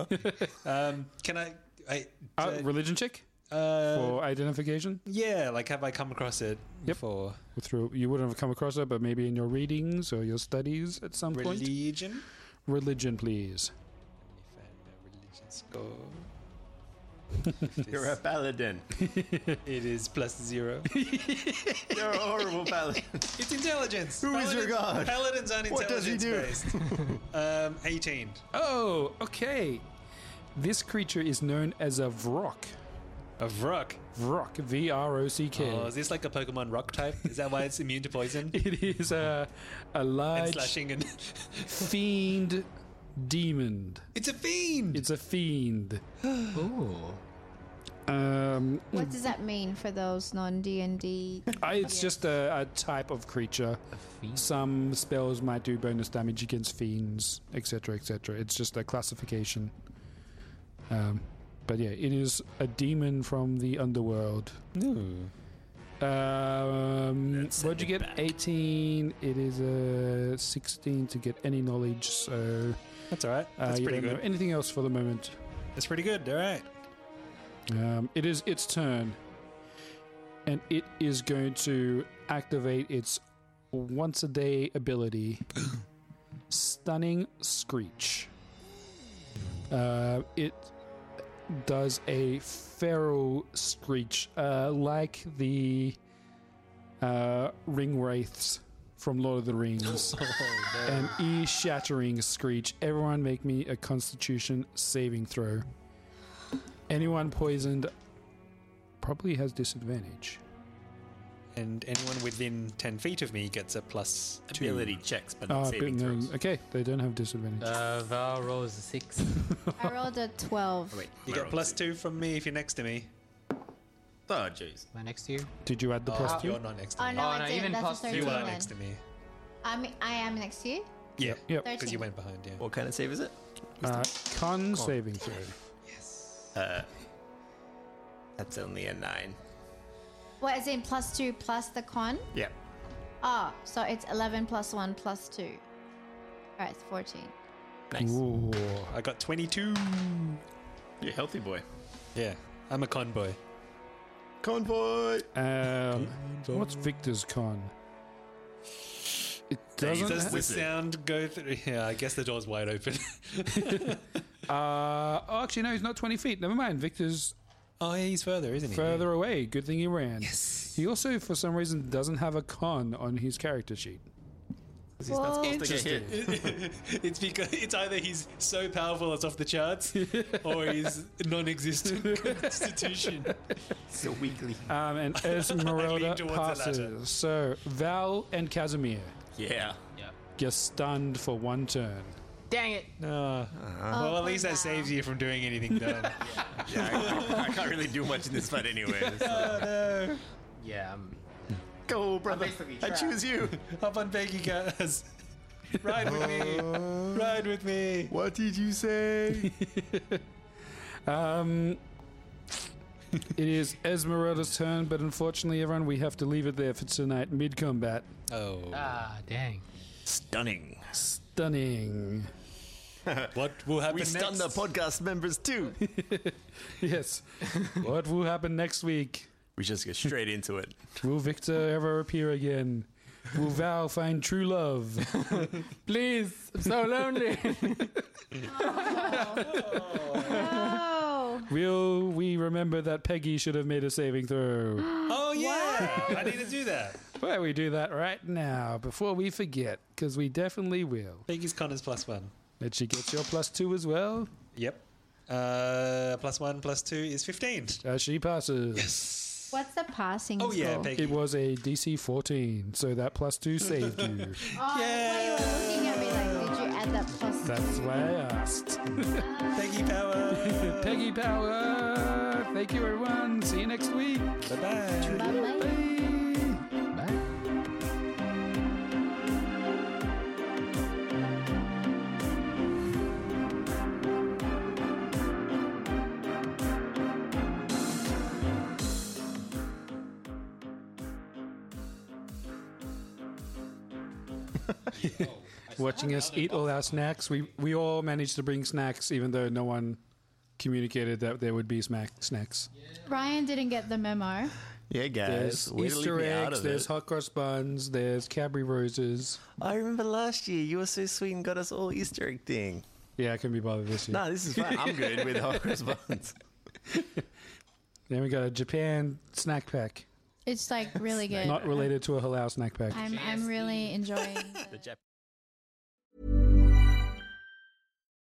um, can I. I
Uh, religion check?
Uh,
for identification?
yeah, like have I come across it before?
Through, you wouldn't have come across it, but maybe in your readings or your studies at some point.
Religion?
Religion, please.
You're a paladin.
it is plus zero.
You're a horrible paladin.
It's intelligence.
Who is your god?
Paladins aren't
What does he
intelligence based. um, 18.
Oh, okay. This creature is known as a Vrok.
A Vrok?
Vrok, V R O C K.
Oh, is this like a Pokemon rock type? Is that why it's immune to poison?
It is a, a
and
large
slashing and
fiend demon.
It's a fiend!
It's a fiend.
oh.
Um,
What does that mean for those non D and D?
I, it's just a, a type of creature. Some spells might do bonus damage against fiends, etc., etc. It's just a classification. Um, but yeah, it is a demon from the underworld.
No.
Um, what'd you get? 18. It is a 16 to get any knowledge, so.
That's alright.
Uh,
That's
you
pretty
don't know
good.
anything else for the moment.
That's pretty good. All right.
Um, it is its turn, and it is going to activate its once a day ability, Stunning Screech. Uh, it does a feral screech, uh, like the uh, ring wraiths from Lord of the Rings.
Oh.
An ear shattering screech. Everyone make me a constitution saving throw. Anyone poisoned probably has disadvantage.
and anyone within 10 feet of me gets a plus two.
Ability checks, but
Ah, but no, okay, they don't have disadvantage.
Uh, Val rolls a six.
I rolled a 12.
You get plus two from me if you're next to me.
Oh, jeez.
Am I next to you?
Did you add the plus
Oh,
two?
You're not next to
Oh,
me.
no, I didn't. That's a 13
You are
then.
next to me.
I'm, I am next to you.
Yeah.
Yep.
Because you
13.
went behind, yeah.
What kind of save is it?
Uh,
Con.
con saving throw.
Uh, that's only a nine.
What is in plus two plus the con?
Yeah.
Ah, so it's 11 plus one plus two. All right, it's 14.
Nice.
I got 22.
You're a healthy boy.
Yeah. I'm a con boy.
Convoy.
Um, what's Victor's con? It doesn't.
Does the
ha-
sound go through? Yeah, I guess the door's wide open.
uh, oh, actually, no, he's not 20 feet. Never mind. Victor's.
Oh, yeah, he's further, isn't he?
Further away. Good thing he ran. Yes. He also, for some reason, doesn't have a con on his character sheet.
he's not supposed to get
Interesting. it's because it's either he's so powerful it's off the charts, or he's non-existent constitution.
So weakly.
Um, and
lean
Esmeralda
towards the latter.
passes. So, Val and Casimir,
Yeah.
Yeah.
you're stunned for one turn.
Dang it.
well, at least that saves you from doing anything dumb.
Yeah, I, I can't really do much in this fight anyway. so-
Uh,
Yeah. I'm,
Go, brother.
basically
I
trapped.
choose you.
Hop on Peggy, guys. Ride with me. Ride with me.
What did you say?
Um, it is Esmeralda's turn, but unfortunately, everyone, we have to leave it there for tonight mid combat.
Oh.
ah, dang.
Stunning.
Stunning.
What will happen
We stun the
next?
podcast members too.
Yes. what will happen next week?
we just get straight into it.
Will Victor ever appear again? Will Val find true love?
Please, I'm so lonely.
Oh,
Will we remember that Peggy should have made a saving throw?
Oh yeah, I need to do that.
Why we do that right now before we forget? Because we definitely will.
Peggy's con is plus one.
Did she get your plus two as well?
Yep. Uh, plus one plus two is fifteen.
Uh, she passes.
what's the passing
Oh yeah,
score?
Peggy.
It was a DC 14, so that plus two saved you.
Oh, yeah. That's why you were looking at me like, did you add that plus
That's why I asked.
Peggy power.
Peggy Power! Thank you, everyone. See you next week.
bye bye.
Bye-bye.
Bye.
Bye.
Watching us eat all our snacks, we, we all managed to bring snacks, even though no one communicated that there would be smack, snacks.
Ryan didn't get the memo.
Yeah, guys.
There's
way to leave
Easter
me out
eggs,
of
there's
it.
hot cross buns, there's Cadbury roses.
I remember last year you were so sweet and got us all Easter egg thing.
Yeah, I couldn't be bothered this year.
Nah, this is fine. I'm good with hot cross buns.
Then we got a Japan snack pack,
It's like really good.
not related to a halal snack pack.
I'm, I'm really enjoying the-